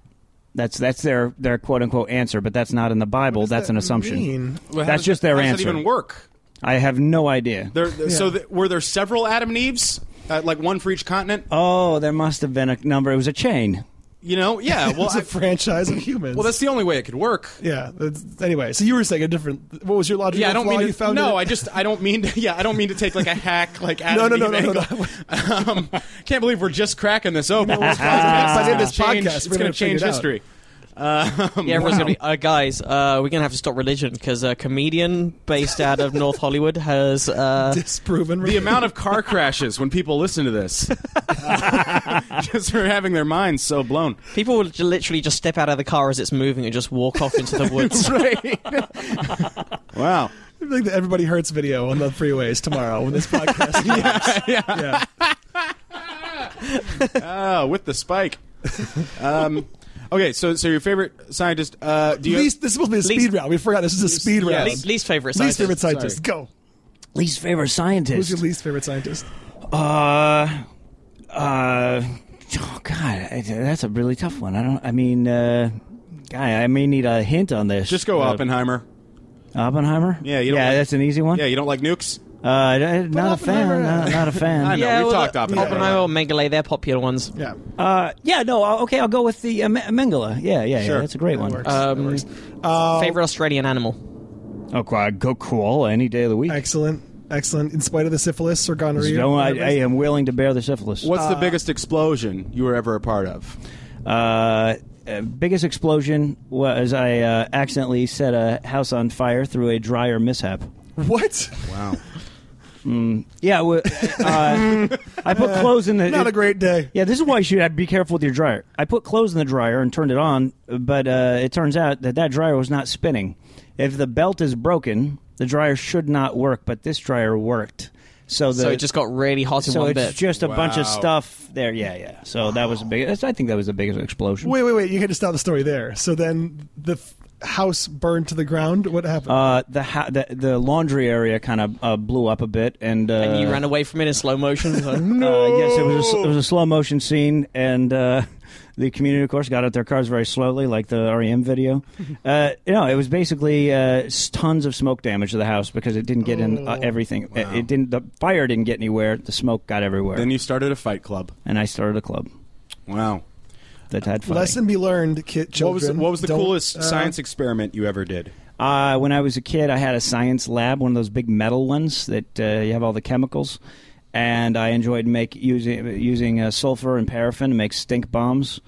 E: That's that's their their quote unquote answer, but that's not in the Bible.
B: does
E: That's
B: that
E: an assumption.
B: mean?
D: Well, how
E: That's
D: does-
E: just their
D: how does
E: answer.
D: That even work?
E: I have no idea.
D: There, there- So
B: Yeah.
D: th- were there several Adam and Eves? Uh, like one for each continent?
E: Oh, there must have been a number. It was a chain.
D: You know? Yeah. Well,
B: It's a
D: I-
B: franchise of humans.
D: well, that's the only way it could work.
B: yeah. That's, anyway, so you were saying a different. What was your logical
D: Yeah, I don't
B: flaw
D: mean to,
B: you found?
D: No,
B: in it?
D: I just I don't mean to. Yeah, I don't mean to take like a hack like Adam
B: No, no,
D: and
B: no,
D: Eve
B: no, no,
D: angle. um, can't believe we're just cracking this open.
B: it's fine. By the end of this
D: It's gonna
B: podcast,
D: change-
B: we're
D: it's
B: gonna
D: going to
B: figure
D: change
B: it out.
D: history. Um,
C: Yeah, everyone's gonna be. Uh, guys, uh, we're gonna have to stop religion because a comedian based out of North Hollywood has. Uh,
B: disproven.
D: The amount of car crashes when people listen to this, just for having their minds so blown.
C: people will ju- literally just step out of the car as it's moving and just walk off into the woods.
D: Right. wow.
B: like the Everybody Hurts video on the freeways tomorrow when this podcast. yeah, yeah.
D: Ah, with the spike. Um, okay, so so your favorite scientist? Uh, do you have-
B: Least, this is supposed to be a speed
C: Least-
B: round. We forgot this is a speed
D: yeah,
B: round.
D: least-
C: least, least favorite.
B: Least
C: scientist.
B: favorite scientist. Go.
E: Least favorite
B: Who's
E: scientist.
B: your least favorite scientist?
E: uh, uh, oh God, I, that's a really tough one. I don't. I mean, uh, guy, I may need a hint on this.
D: just go
E: Uh,
D: Oppenheimer?
E: Oppenheimer.
D: Yeah, you don't
E: yeah,
D: like-
E: that's an easy one.
D: Yeah, you don't like nukes?
E: Uh, I- I- not a fan.
B: Oppenheimer-
E: Not, not a
D: I
E: fan.
D: know.
C: Yeah,
D: we've
C: well,
D: talked
C: the-
D: Oppenheimer.
C: Oppenheimer, and Mengele, they're popular ones.
B: Yeah.
E: uh, yeah, no. I'll- Okay, I'll go with the uh, Me- Mengele. Yeah, yeah,
D: Sure.
E: yeah. That's a great
B: That
E: one.
B: works.
C: Um,
B: that works. Uh,
C: Favorite Australian animal.
E: Oh, qua- go koala any day of the week.
B: Excellent. Excellent. In spite of the syphilis or gonorrhea.
E: No, I, I
B: whatever it is.
E: am willing to bear the syphilis.
D: What's
B: Uh,
D: the biggest explosion you were ever a part of?
E: Uh, uh, biggest explosion was I uh, accidentally set a house on fire through a dryer mishap.
B: What?
D: Wow.
E: Yeah, well, uh, I put clothes in the.
B: Not a great day.
E: yeah, this is why you should be careful with your dryer. I put clothes in the dryer and turned it on, but uh, it turns out that that dryer was not spinning. If the belt is broken, the dryer should not work, but this dryer worked. So the
C: so it just got really hot in
E: so
C: one
E: it's
C: bit.
E: just a bunch of
D: Wow.
E: stuff there. Yeah, yeah. So that was the biggest. I think that was the biggest explosion.
B: Wait, wait, wait. You had to stop the story there. So then the f- house burned to the ground? What happened?
E: Uh, the, ha- the the laundry area kind of uh, blew up a bit, and uh,
C: and you ran away from it in slow motion. Like,
E: Uh, yes, it was a, it was a slow motion scene, and uh, the community, of course, got out their cars very slowly, like the REM video. uh, you know, it was basically uh, s- tons of smoke damage to the house because it didn't get in uh,
B: Oh.
E: everything. It-
D: Wow.
E: It, didn't. The fire didn't get anywhere. The smoke got everywhere,
D: Then you started a fight club.
E: and I started a club
D: Wow.
E: that had fire.
B: Lesson be learned, kid. Children.
D: What was what was the
B: Don't,
D: coolest
B: uh,
D: science experiment you ever did?
E: Uh, when I was a kid, I had a science lab, one of those big metal ones that uh, you have all the chemicals. And I enjoyed make using using uh, sulfur and paraffin to make stink bombs,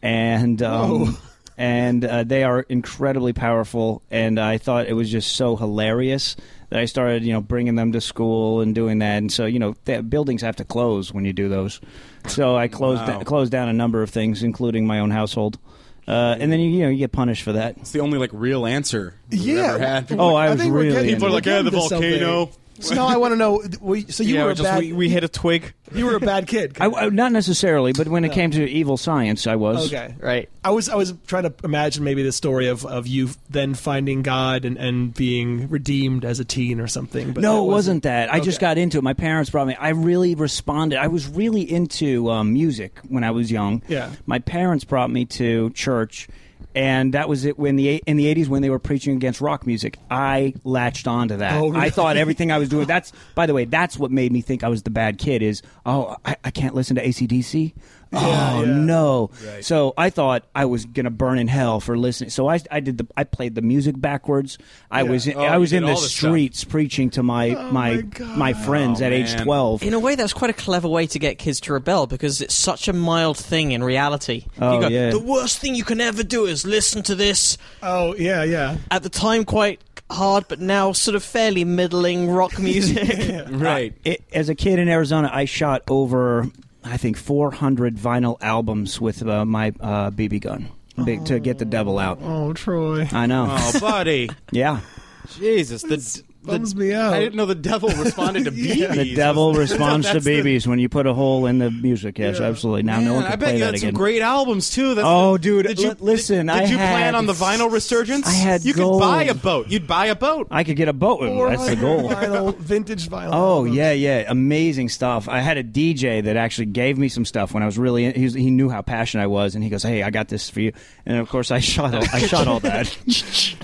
E: and um, and uh, they are incredibly powerful. And I thought it was just so hilarious that I started, you know, bringing them to school and doing that. And so, you know, th- buildings have to close when you do those. So I closed
D: Wow.
E: closed down a number of things, including my own household. Uh, and then you, you know you get punished for that.
D: It's the only like real answer we've
B: Yeah.
D: ever had.
E: Oh, I was
B: think we're
E: really
B: getting-
E: into
D: People are
E: we're
D: like,
B: we're
D: yeah,
B: getting
D: the
B: to something."
D: volcano.
B: So now I want to know. we- So you
C: yeah,
B: were
C: we
B: a
C: just
B: bad.
C: we, we hit a twig.
B: you were a bad kid.
E: I, I- not necessarily, but when it came to evil science, I was.
B: okay.
C: Right.
B: I was I was trying to imagine maybe the story of, of you then finding God and, and being redeemed as a teen or something. But that
E: no, it wasn't that. I just
B: Okay.
E: got into it. My parents brought me. I really responded. I was really into um, music when I was young.
B: Yeah.
E: My parents brought me to church, and that was it. When the eight- in the eighties when they were preaching against rock music, I latched onto that.
B: Oh, really?
E: I thought everything I was doing. That's by the way, that's what made me think I was the bad kid. Is oh, I, I can't listen to ACDC. oh
B: yeah.
E: no!
D: Right.
E: So I thought I was gonna burn in hell for listening. So I, I did the I played the music backwards. I
B: Yeah.
E: was in,
D: Oh,
E: I
D: you
E: was
D: did
E: in the
D: all this stuff.
E: street it's preaching to my my my,
B: Oh God.
E: friends
D: Oh,
E: at age
D: man.
E: 12
C: In a way, that's quite a clever way to get kids to rebel because it's such a mild thing in reality.
E: Oh,
C: you go,
E: yeah.
C: The worst thing you can ever do is listen to this.
B: Oh yeah, yeah.
C: At the time, quite hard, but now sort of fairly middling rock music.
D: Right.
E: It- as a kid in Arizona I shot over I think 400 vinyl albums with uh, my uh, BB gun big, to get the devil out
B: Oh Troy,
E: I know
D: Oh, buddy.
E: yeah
D: Jesus. The,
B: bums
D: the,
B: me out.
D: I didn't know the devil responded to
B: Yeah.
D: BBs.
E: the devil responds to
D: That's the-
E: BBs when you put a hole in the music yes
B: Yeah.
E: absolutely now
D: Man,
E: no one
D: I
E: can
D: bet
E: play
D: you
E: that
D: had some
E: again
D: great albums too. That's
E: Oh, dude,
D: Did you
E: l- listen,
D: Did,
E: I
D: did you
E: had-
D: plan on the vinyl resurgence?
E: I had
D: You
E: gold.
D: could buy a boat. You'd buy a boat.
E: I could get a boat with me. that's the goal
B: Vinyl, vintage vinyl.
E: Oh
B: albums.
E: yeah, yeah, amazing stuff. I had a DJ that actually gave me some stuff when I was really. He, was, he knew how passionate I was, and he goes, "Hey, I got this for you." And of course, I shot. All, I shot all that.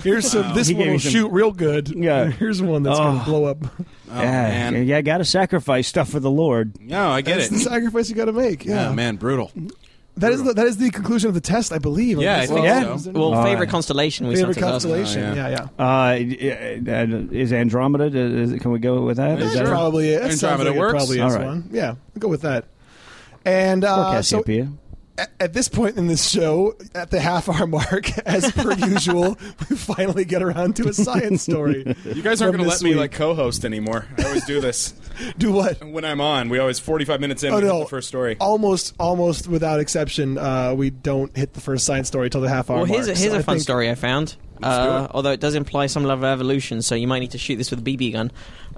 B: Here's some. This
E: He
B: one
E: gave
B: will
E: me some-
B: shoot real good.
E: Yeah.
B: Here's one that's gonna
E: Oh.
B: blow up.
D: oh
E: yeah,
D: man.
E: yeah, got to sacrifice stuff for the Lord.
D: No, I get
B: That's the
D: it.
B: sacrifice you got to make. Yeah,
D: Yeah, man, brutal.
B: That is the, that is the conclusion of the test, I believe.
D: Yeah,
B: Is that-
D: I think
B: yeah.
D: so.
C: well,
E: All
C: favorite
E: right.
C: constellation we
B: favorite
C: sometimes ask.
B: constellation.
D: Oh,
B: yeah,
D: yeah.
B: yeah.
E: Uh, is Andromeda? Is, can we go with that? Is
B: That's
E: that
B: probably it. That sounds
D: Andromeda
B: like it
D: works.
B: Probably is
E: All right.
B: one. Yeah, I'll go with that. And
E: Or
B: uh, so
E: Cassiopeia?
B: at, at this point in this show, at the half hour mark, as per usual, we finally get around to a science story.
D: You guys aren't
B: From
D: going to
B: this
D: let me
B: week.
D: like co-host anymore. I always do this
B: Do what?
D: when I'm on. We always 45 minutes in
B: Oh
D: we hit
B: no!
D: the first story.
B: Almost, almost without exception, uh, we don't hit the first science story till the half hour
C: Well,
B: mark.
C: here's a,
B: So
C: here's
B: I
C: a fun
B: think-
C: story I found. Uh, although it does imply some level of evolution, so you might need to shoot this with a BB gun.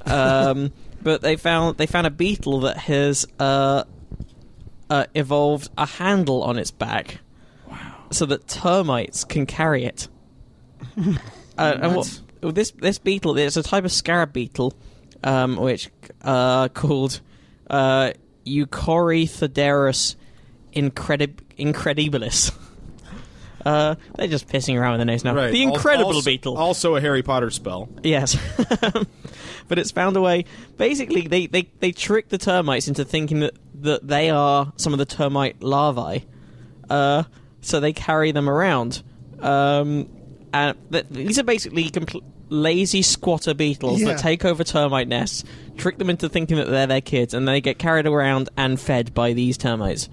C: Um, but they found they found a beetle that has uh, uh, evolved a handle on its back, wow. so that termites can carry it. uh, and what, this this beetle it's a type of scarab beetle, um, which uh, called uh, Eucorythoderus incredib- incredibilis. Uh, they're just pissing around with the names now. The
D: Al-
C: Incredible
D: also-
C: Beetle.
D: Also a Harry Potter spell.
C: yes. but it's found a way. Basically, they, they, they trick the termites into thinking that, that they are some of the termite larvae. Uh, so they carry them around. Um, and th- these are basically compl- lazy squatter beetles
B: Yeah.
C: that take over termite nests, trick them into thinking that they're their kids, and they get carried around and fed by these termites.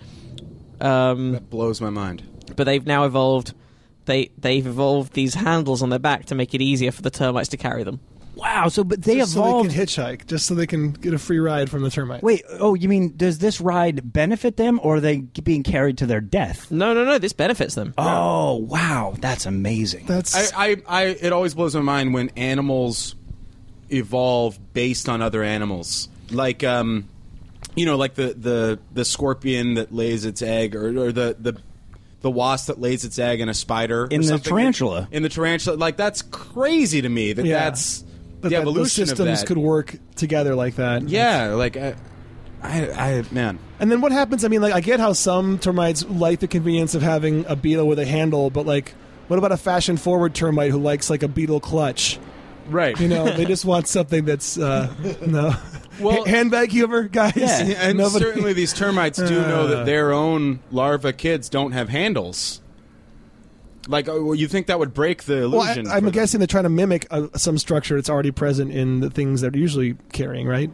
C: Um,
D: That blows my mind.
C: but they've now evolved they they've evolved these handles on their back to make it easier for the termites to carry them.
E: Wow. So, but they
B: Just
E: evolved.
B: so they can hitchhike, just so they can get a free ride from the termites.
E: Wait. Oh, you mean does this ride benefit them, or are they being carried to their death?
C: No, no, no, this benefits them.
E: Oh, wow, that's amazing.
B: that's
D: I, I, I, it always blows my mind when animals evolve based on other animals. Like, um, you know, like the the the scorpion that lays its egg, or, or the the the wasp that lays its egg in a spider or
E: In the
D: something.
E: tarantula.
D: In the tarantula, like that's crazy to me that
B: Yeah.
D: that's
B: But
D: the
B: that,
D: evolution
B: those systems
D: of that.
B: could work together like that.
D: yeah, like I, I, I man,
B: And then what happens? I mean, like I get how some termites like the convenience of having a beetle with a handle, but like, what about a fashion-forward termite who likes like a beetle clutch?
D: right?
B: You know, they just want something that's uh, no
D: Well-
B: Ha- handbag humor, guys.
E: Yeah,
D: and
B: Nobody- Uh.
D: certainly these termites do know that their own larva kids don't have handles. Like, oh, well, you think that would break the
B: Well, I,
D: illusion? for
B: I'm
D: them.
B: guessing they're trying to mimic uh, some structure that's already present in the things they're usually carrying, right?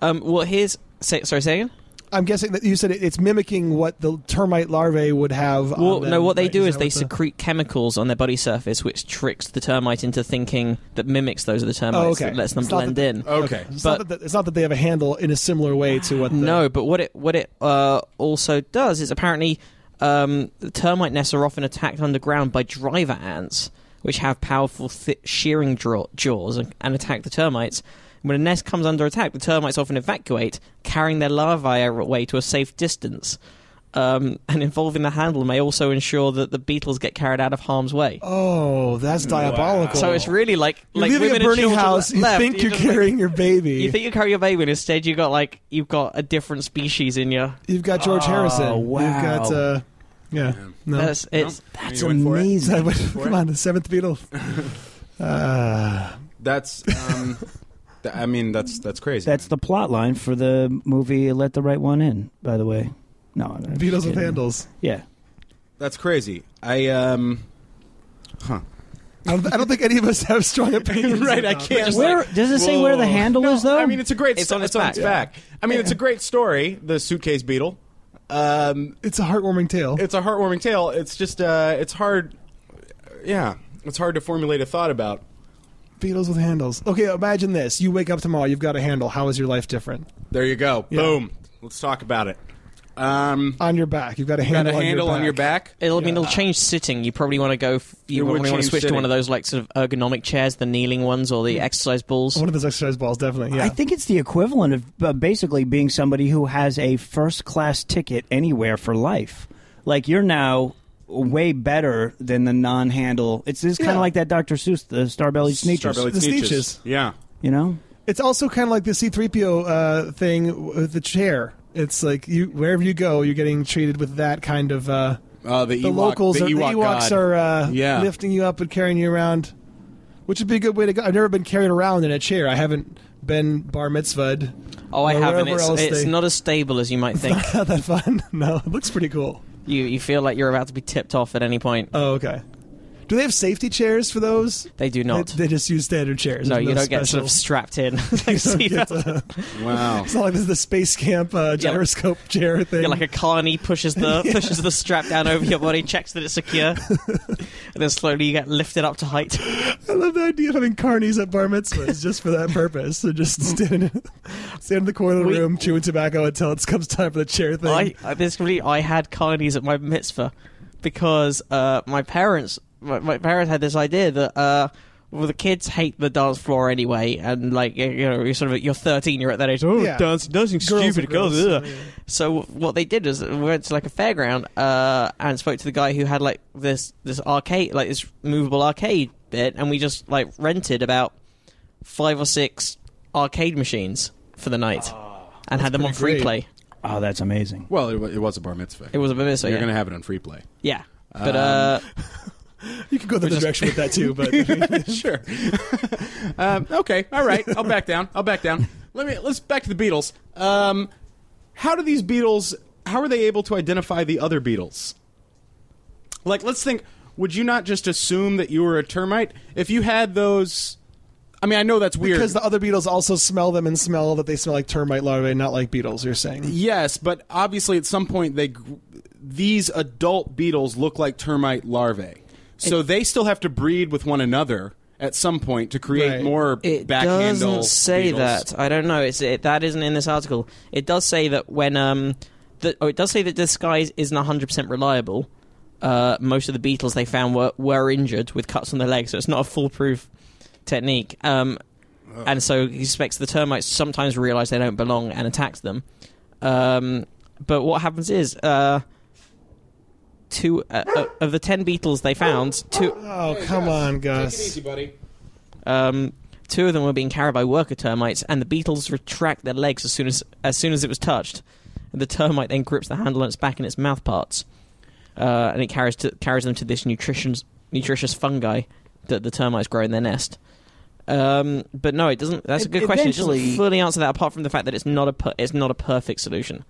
C: Um, well, here's say, sorry, say again.
B: I'm guessing that you said it, it's mimicking what the termite larvae would have. on
C: Well,
B: them,
C: no, what they
B: right?
C: do
B: Um, that
C: is, they
B: what the-
C: secrete chemicals on their body surface, which tricks the termite into thinking that mimics those of the termites,
B: Oh, okay.
C: that lets them
B: It's not
C: blend
B: that-
C: in.
D: Okay.
B: It's, not that, it's not that they have a handle in a similar way to what. The,
C: No, but what it what it uh, also does is apparently um, the termite nests are often attacked underground by driver ants, which have powerful th- shearing draw- jaws and, and attack the termites. When a nest comes under attack, the termites often evacuate, carrying their larvae away to a safe distance. Um, and involving the handle may also ensure that the beetles get carried out of harm's way.
B: Oh, that's diabolical.
C: So it's really like
B: You're
C: like
B: leaving
C: women
B: a burning
C: and children
B: house. You
C: left,
B: think you're
C: just like-
B: carrying your baby.
C: you think you carry your baby, and instead you got like you've got a different species in your.
B: You've got George Harrison. You've
E: wow.
B: got uh, yeah. No.
C: That's it's
D: That's
E: amazing.
B: Come on, the seventh Beatle. Uh,
D: That's um, th- I mean that's that's crazy.
E: That's the plot line for the movie "Let the Right One In." By the way, no, I'm just
B: Beatles with
E: kidding.
B: handles.
E: Yeah,
D: that's crazy. I um, huh?
B: I don't, I don't think any of us have strong opinions.
D: Right, I
B: about it.
D: can't. It's
E: where
D: like,
E: does it say where the
D: whoa.
E: handle
D: No,
E: is though?
D: I mean, it's a great.
C: It's
D: sto-
C: on its back.
D: I mean, it's a great story. The suitcase beetle. Um,
B: It's a heartwarming tale.
D: it's a heartwarming tale. It's just uh, it's hard. Yeah, it's hard to formulate a thought about.
B: Beatles with handles. Okay, imagine this. You wake up tomorrow. You've got a handle. How is your life different?
D: There you go. Boom. Let's talk about it. Um,
B: On your back. You've got a
D: got
B: handle,
D: a handle on your back.
C: It'll mean it'll change sitting. You probably want to go. f- You
D: It would
C: probably want
D: change
C: to switch to
D: sitting.
C: one of those like sort of ergonomic chairs, the kneeling ones or
B: Mm.
C: the exercise balls.
B: One of those exercise balls, definitely. Yeah.
E: I think it's the equivalent of uh, basically being somebody who has a first class ticket anywhere for life. Like you're now way better than the non handle. It's, it's kind
B: Yeah.
E: of like that Dr. Seuss, the Starbelly Sneakers.
D: Starbelly
B: The
D: Sneetches.
B: Sneetches.
D: Yeah.
E: You know,
B: It's also kind of like the C3PO uh, thing with the chair. It's like you wherever you go, you're getting treated with that kind of. Uh,
D: Uh, the,
B: the
D: Ewok,
B: locals,
D: the
B: are,
D: Ewok
B: the Ewoks
D: god.
B: are uh,
D: Yeah.
B: lifting you up and carrying you around, which would be a good way to go. I've never been carried around in a chair. I haven't been bar mitzvahed.
C: Oh, I
B: Or
C: haven't.
B: wherever
C: It's,
B: else
C: it's
B: they-
C: not as stable as you might think.
B: Not that fun. No, it looks pretty cool.
C: you you feel like you're about to be tipped off at any point.
B: Oh, okay. Do they have safety chairs for those?
C: They do not.
B: They, they just use standard chairs.
C: no,
B: There's
C: you don't get
B: special-
C: sort of strapped in.
B: you
C: like,
B: don't
C: see,
B: get,
C: you
B: uh,
D: Wow.
B: it's not like this is the space camp uh, gyroscope chair thing.
C: get like a carny pushes the pushes the strap down over your body, checks that it's secure, and then slowly you get lifted up to height.
B: I love the idea of having carnies at bar mitzvahs just for that purpose. They're just standing, standing in the corner of the
C: We-
B: room chewing tobacco until it comes time for the chair thing.
C: I, I basically I had carnies at my mitzvah because uh, my parents my, my parents had this idea that uh, well the kids hate the dance floor anyway and like you you know you're sort of you're 13 you're at that age oh
B: Yeah.
C: dance dancing
B: Girls are
C: stupid girls,
B: gross.
C: ugh." so what they did is we went to like a fairground uh, and spoke to the guy who had like this this arcade like this movable arcade bit and we just like rented about five or six arcade machines for the night and had them on free
B: pretty great.
C: play
E: oh, that's amazing.
D: Well, it, wa- it was a bar mitzvah.
C: it was a mitzvah
D: You're
C: yeah.
D: gonna have it on free play.
C: Yeah. But uh,
B: You could go the other direction with that too, but
D: sure. um, okay. All right. I'll back down. I'll back down. Let me. Let's back to the Beatles. Um, how do these Beatles? How are they able to identify the other Beatles? Like, let's think. Would you not just assume that you were a termite if you had those? I mean, I know that's weird.
B: because the other beetles also smell them and smell that they smell like termite larvae, not like beetles. You're saying
D: Yes, but obviously at some point they gr- these adult beetles look like termite larvae. So they still have to breed with one another at some point to create
B: Right.
D: more
C: it
D: back handle
C: doesn't say
D: beetles.
C: that. I don't know. It's it, that isn't in this article. It does say that when um, the, oh, it does say that disguise isn't hundred percent reliable. Uh, most of the beetles they found were were injured with cuts on their legs, so it's not a foolproof technique. Um, and so he suspects the termites sometimes realize they don't belong and attack them. Um, but what happens is. Uh, two uh, uh, of the ten beetles they found. Two,
B: Oh, come on, Gus.
D: buddy.
C: um, two of them were being carried by worker termites, and the beetles retract their legs as soon as as soon as it was touched. And the termite then grips the handle on its back and its mouth parts, uh, and it carries to, carries them to this nutritious nutritious fungi that the termites grow in their nest. Um, but no, it doesn't. That's a
E: E-
C: good question. It doesn't
E: eventually-
C: fully answer that, apart from the fact that it's not a per, it's not a perfect solution.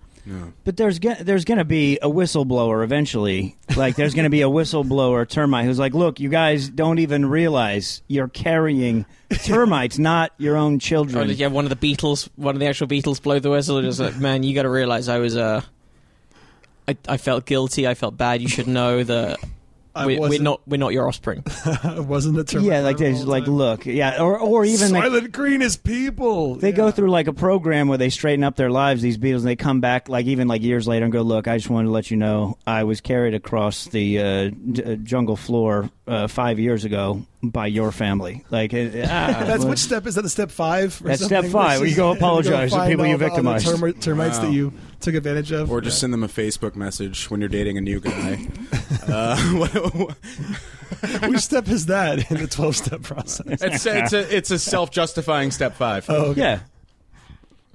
E: But there's go- there's gonna be a whistleblower eventually. Like there's gonna be a whistleblower termite who's like, look, you guys don't even realize you're carrying termites, not your own
B: Oh,
C: Or
E: children.
C: did you have one of the Beatles, one of the actual Beatles blow the whistle? Just like, man, you got to realize I was Uh, I, I felt guilty. I felt bad. You should know that
B: I
C: we, we're
B: wasn't-
C: not we're not your offspring.
B: It wasn't the term.
E: Yeah, like
B: the
E: they
B: whole
E: like
B: time.
E: look, yeah, or or even they,
B: Silent Green is people.
E: they go
B: Yeah.
E: through like a program where they straighten up their lives. These Beatles, and they come back like even like years later and go, look, I just wanted to let you know I was carried across the uh, d- uh, jungle floor uh, five years ago by your family. Like uh, ah,
B: That's
E: well,
B: which step is that? The step five. Or
E: That's step
B: something?
E: five, where you go
B: Which is-
E: apologize to
B: find
E: people
B: all
E: you
B: the- all the
E: victimized.
B: termi- termites
D: Wow.
B: that you took advantage of.
D: Or just send them a Facebook message when you're dating a new guy. uh, what- what-
B: which step is that in the twelve step process?
D: it's, it's a it's a self justifying step five.
B: Oh, okay.
E: yeah.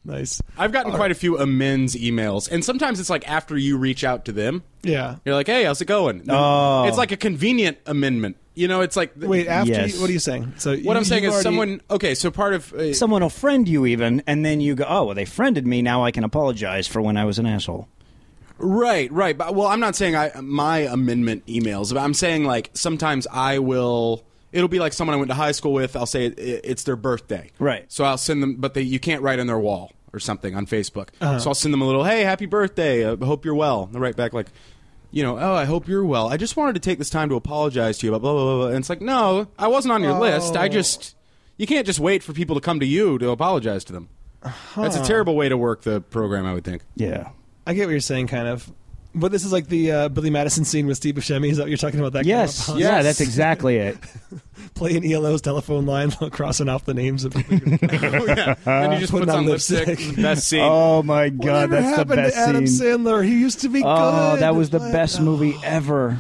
B: nice.
D: I've gotten quite a few amends emails, and sometimes it's like after you reach out to them,
B: Yeah.
D: you're like, "Hey, how's it going?"
E: Oh.
D: It's like a convenient amendment. You know, it's like
B: Wait, after
E: Yes.
B: you, what are you saying? So
D: what
B: you-
D: I'm saying
B: you've
D: is
B: already-
D: someone. Okay, so part of uh,
E: Someone will friend you even, and then you go, oh well, they friended me. Now I can apologize for when I was an asshole.
D: Right, right. But well, I'm not saying I my amendment emails, but I'm saying like sometimes I will. It'll be like someone I went to high school with. I'll say it, it- it's their birthday.
E: Right.
D: So I'll send them, but they you can't write on their wall or something on Facebook. So I'll send them a little, hey, happy birthday. uh, I hope you're well. And they write back like, you know, oh, I hope you're well. I just wanted to take this time to apologize to you about blah blah blah. blah. And it's like, no, I wasn't on your list. I just you can't just wait for people to come to you to apologize to them. That's a terrible way to work the program, I would think.
E: Yeah.
B: I get what you're saying, kind of. But this is like the uh, Billy Madison scene with Steve Buscemi. Is that what you're talking about? That
E: Yes.
B: Kind of
E: Yeah,
D: Yes.
E: that's exactly it.
B: apology? playing ELO's E telephone line while crossing off the names of people. you're gonna-
D: Oh, yeah. Then he just
B: Putting
D: puts
B: on
D: on, lipstick.
B: lipstick.
D: Best scene.
E: oh my god,
B: Whatever
E: that's the
B: happened
E: best
B: to Adam
E: scene.
B: Sandler? He used to be
E: Oh,
B: good.
E: that was the
B: but-
E: best movie ever.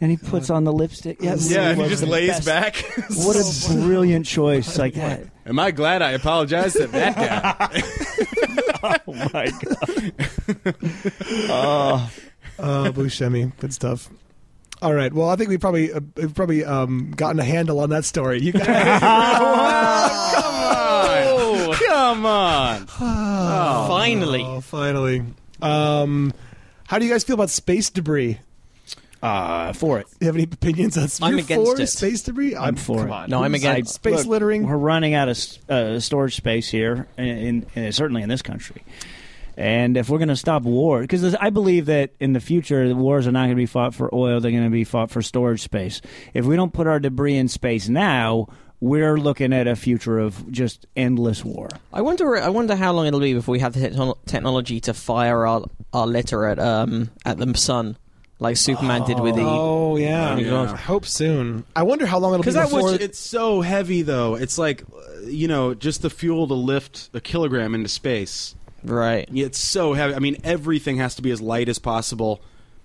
E: And he puts on the lipstick. Yeah,
D: yeah,
E: really
D: and he
E: was
D: just
E: the
D: lays
E: best.
D: back.
E: What a brilliant choice! Like that.
D: Am I glad I apologized to that guy?
E: Oh my god. Oh,
B: Oh, Buscemi, good stuff. All right. Well, I think we've probably uh, we've probably um, gotten a handle on that story. You guys,
D: Oh, come on.
C: Finally,
B: oh, finally. Um, how do you guys feel about space debris?
E: uh, for it.
B: Do you have any opinions on
C: I'm
B: you're
C: against
B: for
C: it.
B: space debris?
E: I'm for
B: come
E: it.
B: on.
C: No, I'm against-
B: space
E: look,
B: littering.
E: We're running out of s- uh, storage space here, in, in, in- certainly in this country. And if we're going to stop war, because I believe that in the future, the wars are not going to be fought for oil; they're going to be fought for storage space. If we don't put our debris in space now, we're looking at a future of just endless war.
C: I wonder. I wonder how long it'll be before we have the techno- technology to fire our our litter at um at the sun, like Superman did with the.
B: Oh yeah.
C: Oh, yeah.
B: I hope soon. I wonder how long it'll be
D: Because that
B: before.
D: was, it's so heavy, though. It's like, uh, you know, just the fuel to lift a kilogram into space.
C: Right.
D: Yeah, It's so heavy. I mean, everything has to be as light as possible.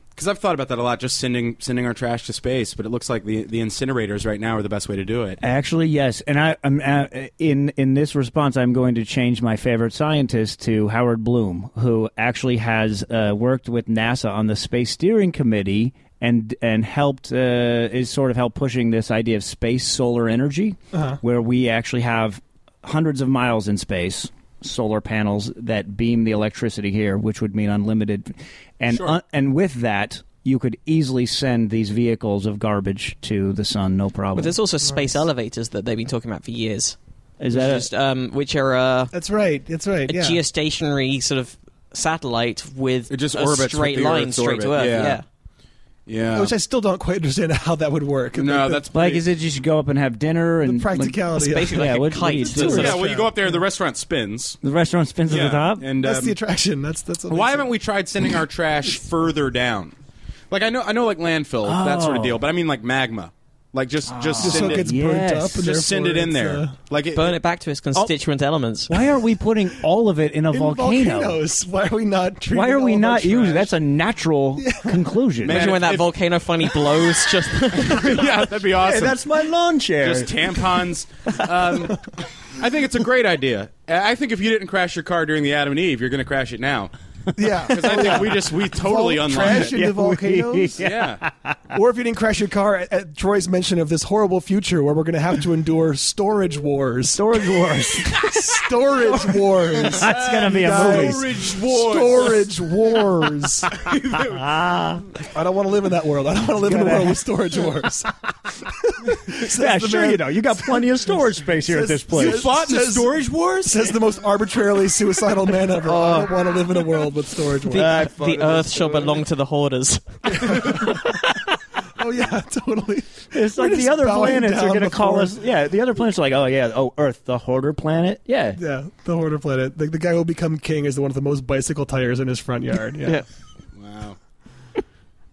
D: Because I've thought about that a lot, just sending sending our trash to space. But it looks like the the incinerators right now are the best way to do it.
E: Actually, yes, and I, I'm uh, in in this response. I'm going to change my favorite scientist to Howard Bloom, who actually has uh, worked with NASA on the Space Steering Committee and and helped uh, is sort of helped pushing this idea of space solar energy, where we actually have hundreds of miles in space solar panels that beam the electricity here, which would mean unlimited, and
D: Sure.
E: un- and with that. You could easily send these vehicles of garbage to the sun, no problem.
C: But there's also space elevators that they've been talking about for years.
E: Is
C: which
E: that
C: just, um, which are uh,
B: that's right. That's right.
C: a
B: Yeah.
C: geostationary sort of satellite with
D: It just
C: a
D: orbits with
C: straight
D: the
C: line
D: Earth's
C: straight to Earth.
D: orbit,
C: Yeah.
D: yeah. Yeah.
B: Which I still don't quite understand how that would work.
D: no,
B: The-
D: that's
E: like?
D: pretty-
E: Is it just you go up and have dinner and
B: the
E: like,
B: practicality.
C: It's
B: of it.
C: basically
E: Yeah,
C: like
E: what-
C: a
E: what do you
C: kite.
E: do?
C: sort of.
D: Yeah, well, you go up there, the restaurant spins.
E: the restaurant spins at the top?
D: And
B: that's
D: um,
B: the attraction. That's that's. What
D: why
B: makes
D: haven't
B: it-
D: we tried sending our trash further down? Like I know, I know, like landfill, that sort of
E: Oh.
D: deal. But I mean, like magma. Like just
B: Just
D: just
B: so
D: send
B: it
D: it,
B: gets
E: Yeah.
B: burnt
E: Yes.
B: up. And
D: just send it
B: therefore
D: in
B: it's,
D: there.
B: uh,
D: like it,
C: Burn it back to its constituent
D: Oh.
C: elements.
E: Why aren't we putting all of it in a
B: in
E: volcano?
B: volcanoes. Why are we not? treating
E: Why are
B: all
E: we
B: of our
E: not using?
B: trash?
E: That's a natural conclusion.
D: Man,
C: Imagine when
D: if-
C: that
D: if-
C: volcano finally blows. Just
D: yeah, that'd be awesome.
E: my lawn chair.
D: just tampons. Um, I think it's a great idea. I I think if you didn't crash your car during the Adam and Eve, you're going to crash it now.
B: yeah.
D: Because I think we just we totally
B: Vol-
D: unlocked
B: trash
D: it.
B: into
E: Yeah, we-
B: volcanoes.
D: Yeah,
B: Or if you didn't crash your car at, at Troy's mention of this horrible future where we're going to have to endure storage wars.
E: storage wars.
B: storage wars.
E: That's gonna be a
B: Guys.
E: movie.
D: storage
B: Storage wars. I don't want to live in that world. I don't want to live in a
E: Gotta-
B: world with storage wars.
E: Yeah,
B: the
E: sure
B: man-
E: you know. You got plenty of storage space here at this
B: Says-
E: place.
B: You fought in the storage
D: wars.
B: Says the most arbitrarily suicidal man ever. I don't want to live in a world with storage wars.
C: the, the earth shall belong to the hoarders.
B: oh yeah, totally.
E: It's
B: We're
E: like the
B: just
E: other
B: bowing
E: planets are
B: down
E: going to call
B: before-
E: us. Yeah, the other planets are like, oh yeah, oh Earth, the hoarder planet. Yeah,
B: Yeah, the hoarder planet. The, the guy who will become king is the one with the most bicycle tires in his front yard. Yeah,
D: Wow.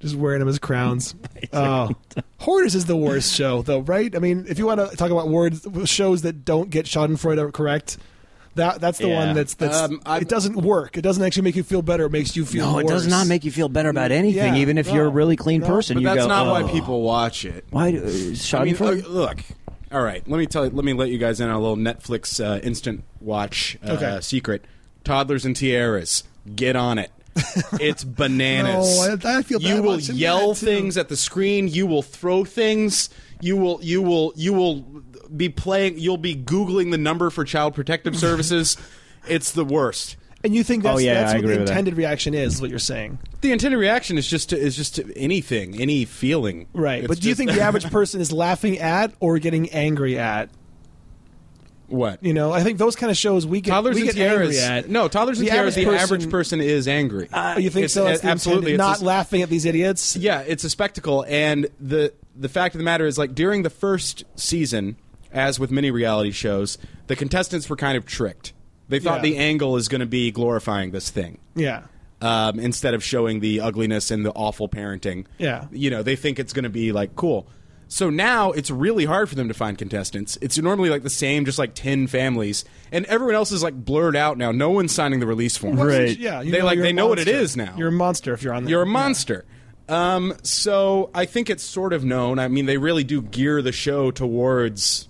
B: just wearing them as crowns. Oh, hoarders is the worst show, though, right? I mean, if you want to talk about words shows that don't get Schadenfreude correct. That, that's the
E: Yeah.
B: one that's that's
D: Um, I'm-
B: it doesn't work. It doesn't actually make you feel better. It makes you feel
E: No, Oh, it does
B: worse.
E: not make you feel better about anything,
B: Yeah,
E: even if
B: no,
E: you're a really clean
B: no,
E: person.
D: But
E: you
D: that's
E: go,
D: not
E: "Oh,
D: why people watch it.
E: Why do, uh,
D: I mean,
E: Schadenfreude?
D: uh, look. All right, let me tell you. Let me let you guys in on a little Netflix uh, instant watch uh,
B: Okay.
D: secret. Toddlers and Tiaras, get on it. It's bananas.
B: No, I- I feel
D: you
B: bad
D: will
B: watching
D: yell
B: that, too.
D: things at the screen. You will throw things. You will you will you will be playing. You'll be googling the number for Child Protective Services. it's the worst.
B: And you think that's,
E: Oh, yeah,
B: that's
E: I
B: what the
E: agree with that.
B: intended reaction is, is what you're saying.
D: The intended reaction is just to, is just to anything, any feeling.
B: Right.
D: It's
B: but do you
D: just-
B: think the average person is laughing at or getting angry at?
D: what
B: You know, I think those kind of shows we get,
D: Toddlers
B: we
D: and
B: get angry
D: Tiaras.
B: at.
D: No, Toddlers and
B: The
D: Tiaras. The
B: average
D: average
B: person-
D: person is angry.
B: Oh, you think
D: It's-
B: so?
D: it-
B: That's the intended-
D: absolutely. It's
B: Not
D: just-
B: laughing at these idiots.
D: yeah, it's a spectacle, and the the fact of the matter is, like during the first season, as with many reality shows, the contestants were kind of tricked. They thought
B: Yeah.
D: the angle is going to be glorifying this thing.
B: Yeah.
D: Um, instead of showing the ugliness and the awful parenting,
B: Yeah.
D: you know, they think it's going to be like cool. So now it's really hard for them to find contestants. It's normally like the same, just like ten families, and everyone else is like blurred out now. No one's signing the release form.
E: Right.
B: Yeah.
D: They, like,
B: you're
D: they
B: a
D: know what it
B: monster.
D: is now.
B: You're a monster if you're on there.
D: You're a monster. Um, so I think it's sort of known. I mean, they really do gear the show towards,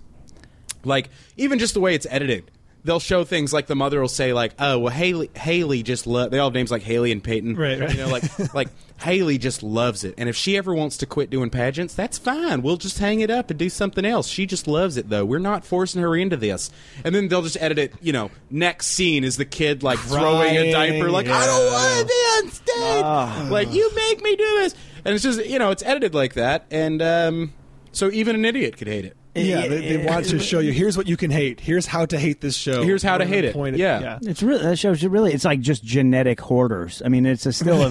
D: like, even just the way it's edited. They'll show things like the mother will say, like, "Oh, well, Haley, Haley just lo-, they all have names like Haley and Peyton,
B: Right, right.
D: You know, like, like Haley just loves it, and if she ever wants to quit doing pageants, that's fine. We'll just hang it up and do something else. She just loves it, though. We're not forcing her into this. And then they'll just edit it. You know, next scene is the kid like throwing
B: Crying,
D: a diaper, like, "I don't
B: yeah. Ah.
D: want to be on stage. Like you make me do this, and it's just you know it's edited like that, and um, so even an idiot could hate it.
B: Yeah. They, they want to show you. Here's what you can hate. Here's how to hate this show.
D: Here's how to
B: We're gonna
D: hate it.
B: point
D: Yeah.
E: it's really that shows you really. It's like just genetic hoarders. I mean, it's a, still a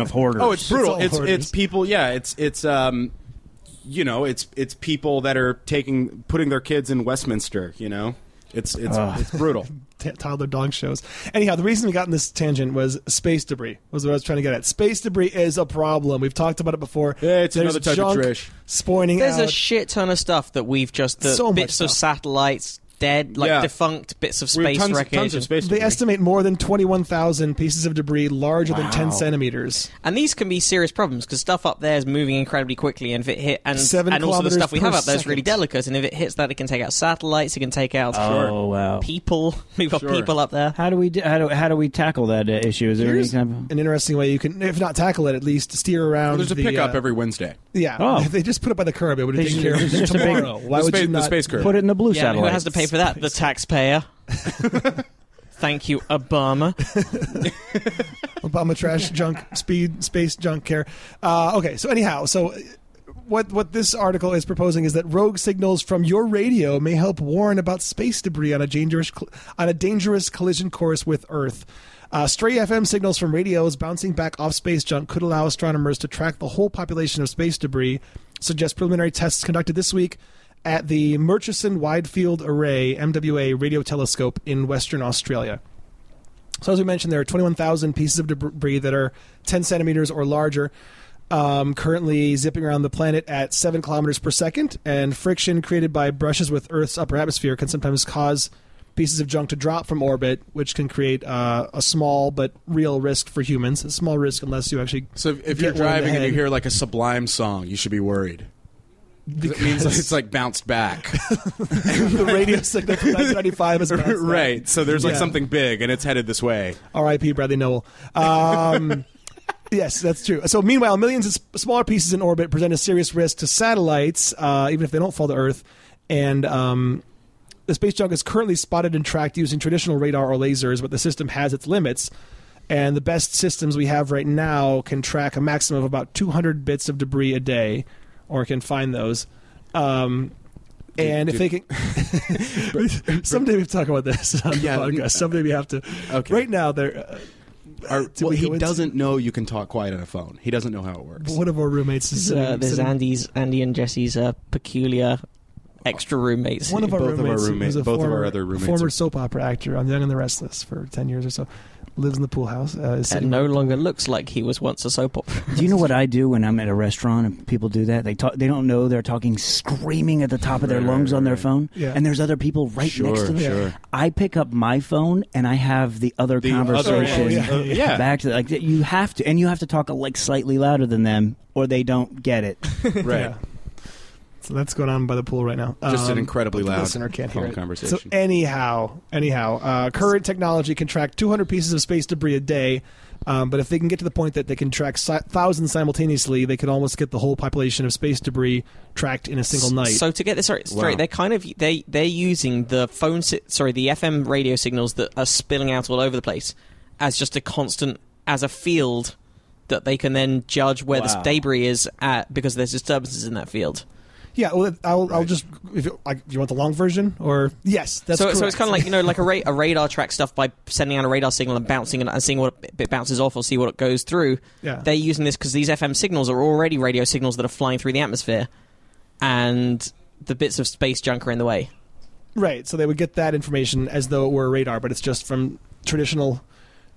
E: of hoarders.
D: Oh, it's brutal.
B: all
D: It's it's,
B: hoarders.
D: people. Yeah, it's it's um, you know, it's it's people that are taking putting their kids in Westminster. You know, it's it's it's brutal.
B: t- toddler dog shows. Anyhow, the reason we got in this tangent was space debris. Was what I was trying to get at. Space debris is a problem. We've talked about it before.
D: Yeah, it's
B: There's
D: another type of
B: junk
D: trash.
B: Spoiling
C: There's a
B: out.
C: shit ton of stuff that we've just the
B: So much
C: bits of
B: stuff.
C: satellites, dead, like
D: Yeah.
C: defunct bits of
D: We have
C: space
D: tons,
C: wreckage,
D: tons of space.
B: they
D: debris.
B: estimate more than 21,000 pieces of debris larger than 10 centimeters.
C: and these can be serious problems because stuff up there is moving incredibly quickly, and if it hit and
B: Seven
C: and also the
B: kilometers
C: stuff we
B: per
C: have up there is really
B: second.
C: delicate, and if it hits that, it can take out satellites, it can take out
E: oh wow.
C: people. We've got
D: Sure.
C: people up there.
E: How do we do, how do how do we tackle that uh, issue? Is there
B: Here's
E: any kind of
B: an interesting way you can, if not tackle it, at least steer around.
D: Well, there's a
B: the,
D: pickup
B: uh,
D: every Wednesday.
B: Yeah,
E: Oh.
B: they just put it by the curb. It would have
E: They
B: taken
E: should-
B: care of it
E: just a big-
B: tomorrow. Why
D: the
B: would
D: space,
B: you
D: the
B: not?
D: space curve?
E: put it in the blue
C: Yeah,
E: satellite?
C: who has to pay for that? The taxpayer. Thank you, Obama.
B: Obama trash junk speed space junk care. Uh, okay, so anyhow, so uh, what what this article is proposing is that rogue signals from your radio may help warn about space debris on a dangerous cl- on a dangerous collision course with Earth. Uh, stray FM signals from radios bouncing back off space junk could allow astronomers to track the whole population of space debris. Suggest preliminary tests conducted this week at the Murchison Wide Field Array (MWA) radio telescope in Western Australia. So as we mentioned, there are 21,000 pieces of debris that are 10 centimeters or larger. um, currently zipping around the planet at seven kilometers per second, and friction created by brushes with Earth's upper atmosphere can sometimes cause pieces of junk to drop from orbit, which can create uh, a small but real risk for humans. A small risk unless you actually
D: So if, if
B: get one
D: you're
B: in the
D: driving and you
B: head.
D: hear like a Sublime song, you should be worried. 'Cause It means it's like bounced back,
B: the radio signal from 1995 is bounced back.
D: right? So there's like
B: Yeah.
D: something big and it's headed this way.
B: R.I.P. Bradley Noel. Um, yes, that's true. So, meanwhile, millions of s- smaller pieces in orbit present a serious risk to satellites, uh, even if they don't fall to Earth. And um, the space junk is currently spotted and tracked using traditional radar or lasers, but the system has its limits. And the best systems we have right now can track a maximum of about 200 bits of debris a day, or can find those. Um, and if
D: dude.
B: they can, someday we have to talk about this on the
D: Yeah,
B: podcast. Someday we have to.
D: Okay.
B: Right now, they're uh,
D: Or-
B: Did
D: well,
B: we
D: he
B: go into-
D: doesn't know you can talk quiet on a phone. He doesn't know how it works.
B: One of our roommates is
C: This, uh,
B: sitting-
C: this is
B: sitting-
C: Andy's, Andy and Jesse's uh, peculiar extra roommates.
B: one of our
D: both of our
B: roommates,
D: roommate-
B: who's a
D: both of our
B: former,
D: other roommates
B: former
D: are-
B: soap opera actor on Young and the Restless for ten years or so, lives in the pool house. Uh, is
C: that
B: sitting-
C: no longer looks like he was once a soap opera.
E: Do you know what I do when I'm at a restaurant and people do that? They talk, they don't know they're talking, screaming at the top of their
D: Right, right,
E: lungs on their
D: right.
E: phone,
B: Yeah.
E: and there's other people right
D: sure,
E: next to them.
D: sure.
E: I pick up my phone and I have the other
D: The other
E: conversation.
D: end,
B: Yeah.
D: uh, yeah.
E: Back to like you have to, and you have to talk like slightly louder than them, or they don't get it.
D: right.
B: Yeah. So that's going on by the pool right now.
D: Just an
B: Um,
D: incredibly
B: the
D: loud
B: listener can't hear
D: phone
B: it.
D: conversation.
B: So anyhow, anyhow, uh, current technology can track 200 pieces of space debris a day, um, but if they can get to the point that they can track si- thousands simultaneously, they could almost get the whole population of space debris tracked in a single night.
C: So to get this right,
D: Wow.
C: straight, they're kind of they they're using the phone, si- sorry, the FM radio signals that are spilling out all over the place as just a constant as a field that they can then judge where the
D: Wow.
C: the debris is at because there's disturbances in that field.
B: yeah, well, I'll, I'll just if you, like, do you want the long version or yes, that's
C: so so it's
B: correct.
C: kind of like you know like a, ra- a radar track stuff by sending out a radar signal and bouncing it and seeing what it- it bounces off or see what it goes through.
B: Yeah.
C: They're using this because these FM signals are already radio signals that are flying through the atmosphere, and the bits of space junk are in the way.
B: Right. So they would get that information as though it were a radar, but it's just from traditional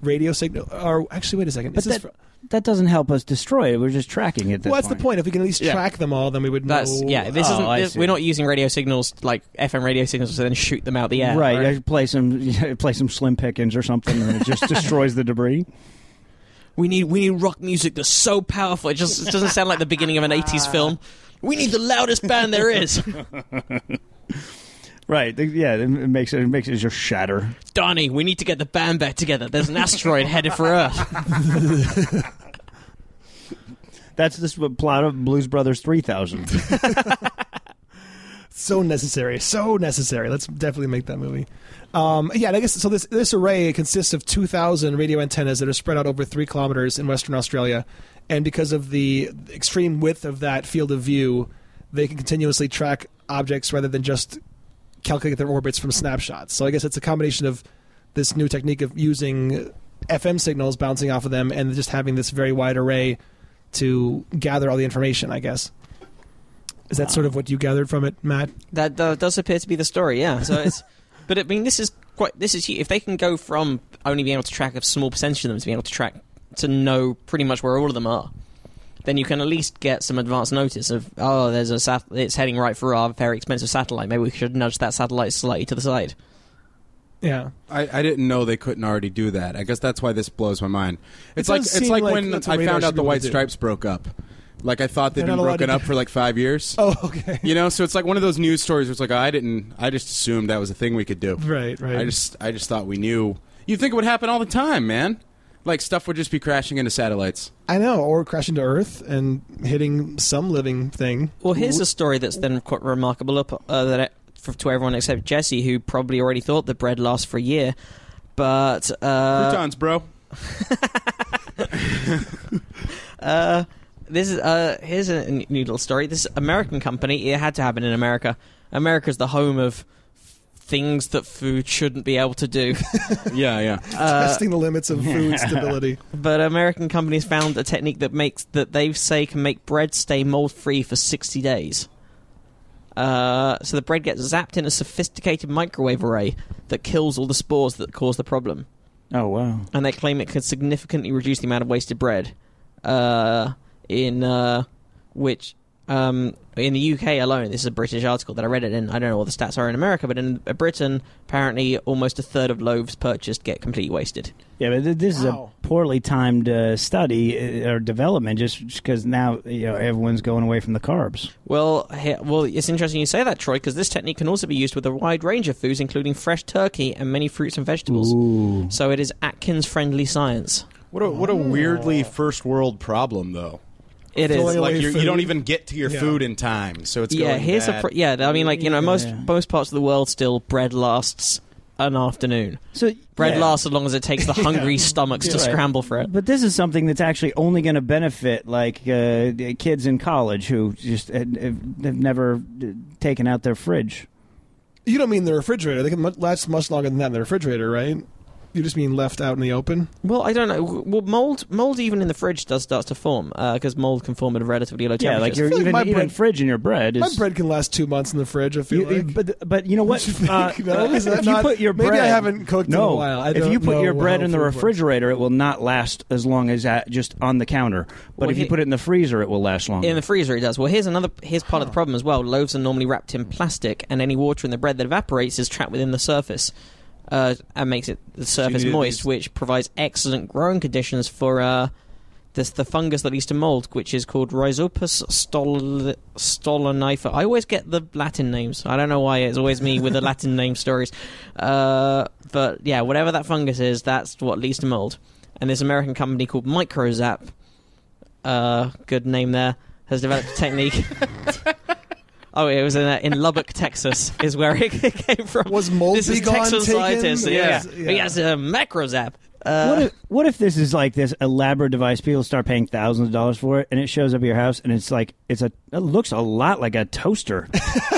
B: radio signal. Or actually, wait a second.
E: But
B: Is this
E: that,
B: fr-
E: that doesn't help us destroy it. We're just tracking it. at
B: well,
E: this
B: that's the point. If we can at least
D: Yeah.
B: track them all, then we would know.
C: That's yeah. This
E: Oh,
C: isn't.
E: I
C: this-
E: see.
C: we're not using radio signals like FM radio signals to then shoot them out the air.
E: right? I play some play some slim pickings or something, and it just destroys the debris.
C: We need we need rock music that's so powerful. It just it doesn't sound like the beginning of an '80s
B: Ah.
C: film. We need the loudest band there is.
E: Right? Yeah, it makes it, it makes it just shatter.
C: Donnie, we need to get the band back together. There's an asteroid headed for Earth.
E: That's this plot of Blues Brothers three thousand.
B: so necessary, so necessary. Let's definitely make that movie. Um, yeah, and I guess so. This this array consists of two thousand radio antennas that are spread out over three kilometers in Western Australia, and because of the extreme width of that field of view, they can continuously track objects rather than just calculate their orbits from snapshots. So I guess it's a combination of this new technique of using FM signals bouncing off of them and just having this very wide array to gather all the information. I guess. Is that sort of what you gathered from it, Matt?
C: That, that does appear to be the story. Yeah. So it's, but I mean, this is quite. This is hu- if they can go from only being able to track a small percentage of them to being able to track to know pretty much where all of them are. Then you can at least get some advance notice of oh, there's a sat- it's heading right for our very expensive satellite. Maybe we should nudge that satellite slightly to the side.
B: Yeah.
D: I, I didn't know they couldn't already do that. I guess that's why this blows my mind. It's
B: does
D: like
B: seem
D: it's like,
B: like
D: when
B: that's what
D: I
B: radar
D: found
B: should
D: out
B: be
D: the
B: able
D: White
B: to do.
D: Stripes broke up. Like I thought they'd
B: They're
D: been
B: not allowed
D: broken
B: to
D: up
B: do-
D: for like five years.
B: Oh, okay.
D: You know, so it's like one of those news stories where it's like I didn't. I just assumed that was a thing we could do.
B: Right, right.
D: I just I just thought we knew. You think it would happen all the time, man? Like stuff would just be crashing into satellites.
B: I know, or crashing to Earth and hitting some living thing.
C: Well, here's a story that's then quite remarkable up uh, that it, for, to everyone except Jesse, who probably already thought the bread lasts for a year. But uh,
D: Croutons, bro.
C: uh, this is uh, here's a n- new little story. This American company, it had to happen in America. America's the home of things that food shouldn't be able to do.
D: Yeah, yeah.
C: Uh,
B: testing the limits of food stability.
C: but American companies found a technique that makes that they say can make bread stay mold free for 60 days. Uh, so the bread gets zapped in a sophisticated microwave array that kills all the spores that cause the problem,
E: Oh wow!
C: and they claim it can significantly reduce the amount of wasted bread. Uh, in uh, which um, in the UK alone, this is a British article that I read it in. I don't know what the stats are in America, but in uh, Britain, apparently almost a third of loaves purchased get completely wasted.
E: Yeah, but th- this
B: Wow.
E: is a poorly timed uh, study uh, or development, just because now you know everyone's going away from the carbs.
C: Well, he- well, it's interesting you say that, Troy, because this technique can also be used with a wide range of foods, including fresh turkey and many fruits and vegetables.
E: Ooh.
C: So it is Atkins-friendly science.
D: What a what a weirdly first world problem though.
C: It is.
B: Filling
D: It's like
B: away
D: you're, you don't
B: food.
D: even get to your
B: Yeah.
D: food in time, so it's
C: yeah,
D: Going
C: here's
D: bad.
C: a pr- yeah. I mean, like you know, most
E: Yeah.
C: most parts of the world still bread lasts an afternoon.
E: So
C: Bread
E: yeah.
C: lasts as long as it takes the hungry stomachs to
E: Right.
C: scramble for it.
E: But this is something that's actually only going to benefit like uh, the kids in college who just uh, have have never uh, taken out their fridge.
B: You don't mean the refrigerator. They can mu- last much longer than that in the refrigerator, right? You just mean left out in the open.
C: Well, I don't know. Well, mold mold even in the fridge does start to form because mold can form at relatively low temperatures.
E: Yeah, like your
B: feel like
E: even
B: my
E: even
B: bread-
E: fridge in your bread is.
B: My bread can last two months in the fridge. I feel
E: you- you-
B: like.
E: but but you know what? Uh,
B: No, is that
E: if you
B: not-
E: put your
B: maybe I
E: bread,
B: haven't cooked in a
E: no,
B: while. I
E: if
B: don't
E: you put
B: know
E: your bread
B: how
E: in the
B: food works.
E: refrigerator, it will not last as long as that just on the counter. But
C: Well,
E: if you
C: he-
E: put it in the freezer, it will last longer.
C: in the freezer, it does. Well, here's another. Here's part of the problem as well. Loaves are normally wrapped in plastic, and any water in the bread that evaporates is trapped within the surface, uh, and makes it the surface
D: need
C: moist,
D: these-
C: which provides excellent growing conditions for uh, this the fungus that leads to mold, which is called Rhizopus stol- stolonifer. I always get the Latin names. I don't know why. It's always me with the Latin name stories. Uh, but yeah, whatever that fungus is, that's what leads to mold. And this American company called Microzap uh, good name there, has developed a technique. oh, it was in, uh, in Lubbock, Texas, is where it came from.
B: Was mold
C: this is
B: be gone
C: Texas
B: taken?
C: scientists. Yeah,
B: Yes,
C: yeah.
B: yeah.
C: he has a macro zap.
E: what
C: Uh,
E: if, what if this is like this elaborate device? People start paying thousands of dollars for it, and it shows up at your house, and it's like it's a it looks a lot like a toaster.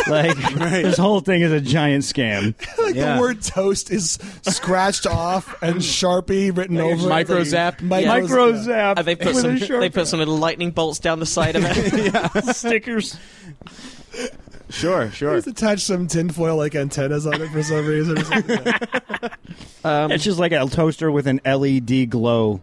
E: like this whole thing is a giant scam.
B: like
D: Yeah.
B: the word toast is scratched off and Sharpie written
D: Like a
B: over. it.
D: microzap?
B: Like,
C: Yeah.
B: microz-
E: zap.
C: uh, they put some they put some little lightning bolts down the side of it.
E: stickers.
D: Sure, sure.
B: Just attach some tinfoil like antennas on it for some reason. Or something.
C: um,
E: It's just like a toaster with an LED glow.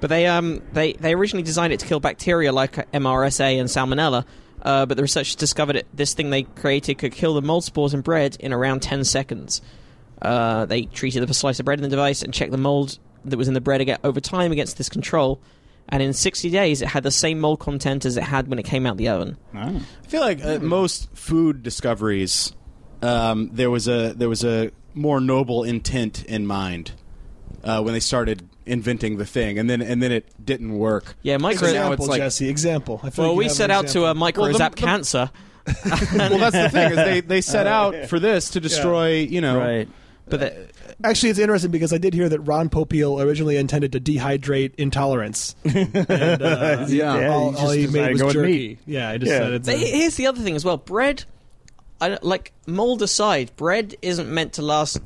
C: But they um they, they originally designed it to kill bacteria like MRSA and Salmonella. Uh, but the researchers discovered it, this thing they created could kill the mold spores in bread in around 10 seconds. Uh, they treated the slice of bread in the device and checked the mold that was in the bread aga over time against this control. And in 60 days, it had the same mold content as it had when it came out the oven.
D: I feel like uh, most food discoveries, um, there was a there was a more noble intent in mind uh, when they started inventing the thing, and then and then it didn't work.
C: Yeah, micro.
D: now
B: example,
D: it's like-
B: Jesse. Example. I feel
C: well,
B: like you
C: we
B: have an
C: set out to
B: example.
C: uh, micro
D: Well, the-
C: zap
D: the-
C: cancer.
D: well, that's the thing is they they set out for this to destroy you know
E: Right.
C: But
D: uh,
C: that,
B: Actually, it's interesting because I did hear that Ron Popeil originally intended to dehydrate intolerance. and, uh,
D: Yeah.
E: Yeah,
B: all,
E: he
B: all
E: just
B: he
E: decided to
B: made
E: go
B: was
E: with
B: jerky.
E: meat.
B: Yeah, I just
E: Yeah.
B: said it's.
C: But
B: a-
C: he- here's the other thing as well. Bread, I don't, like mold aside, bread isn't meant to last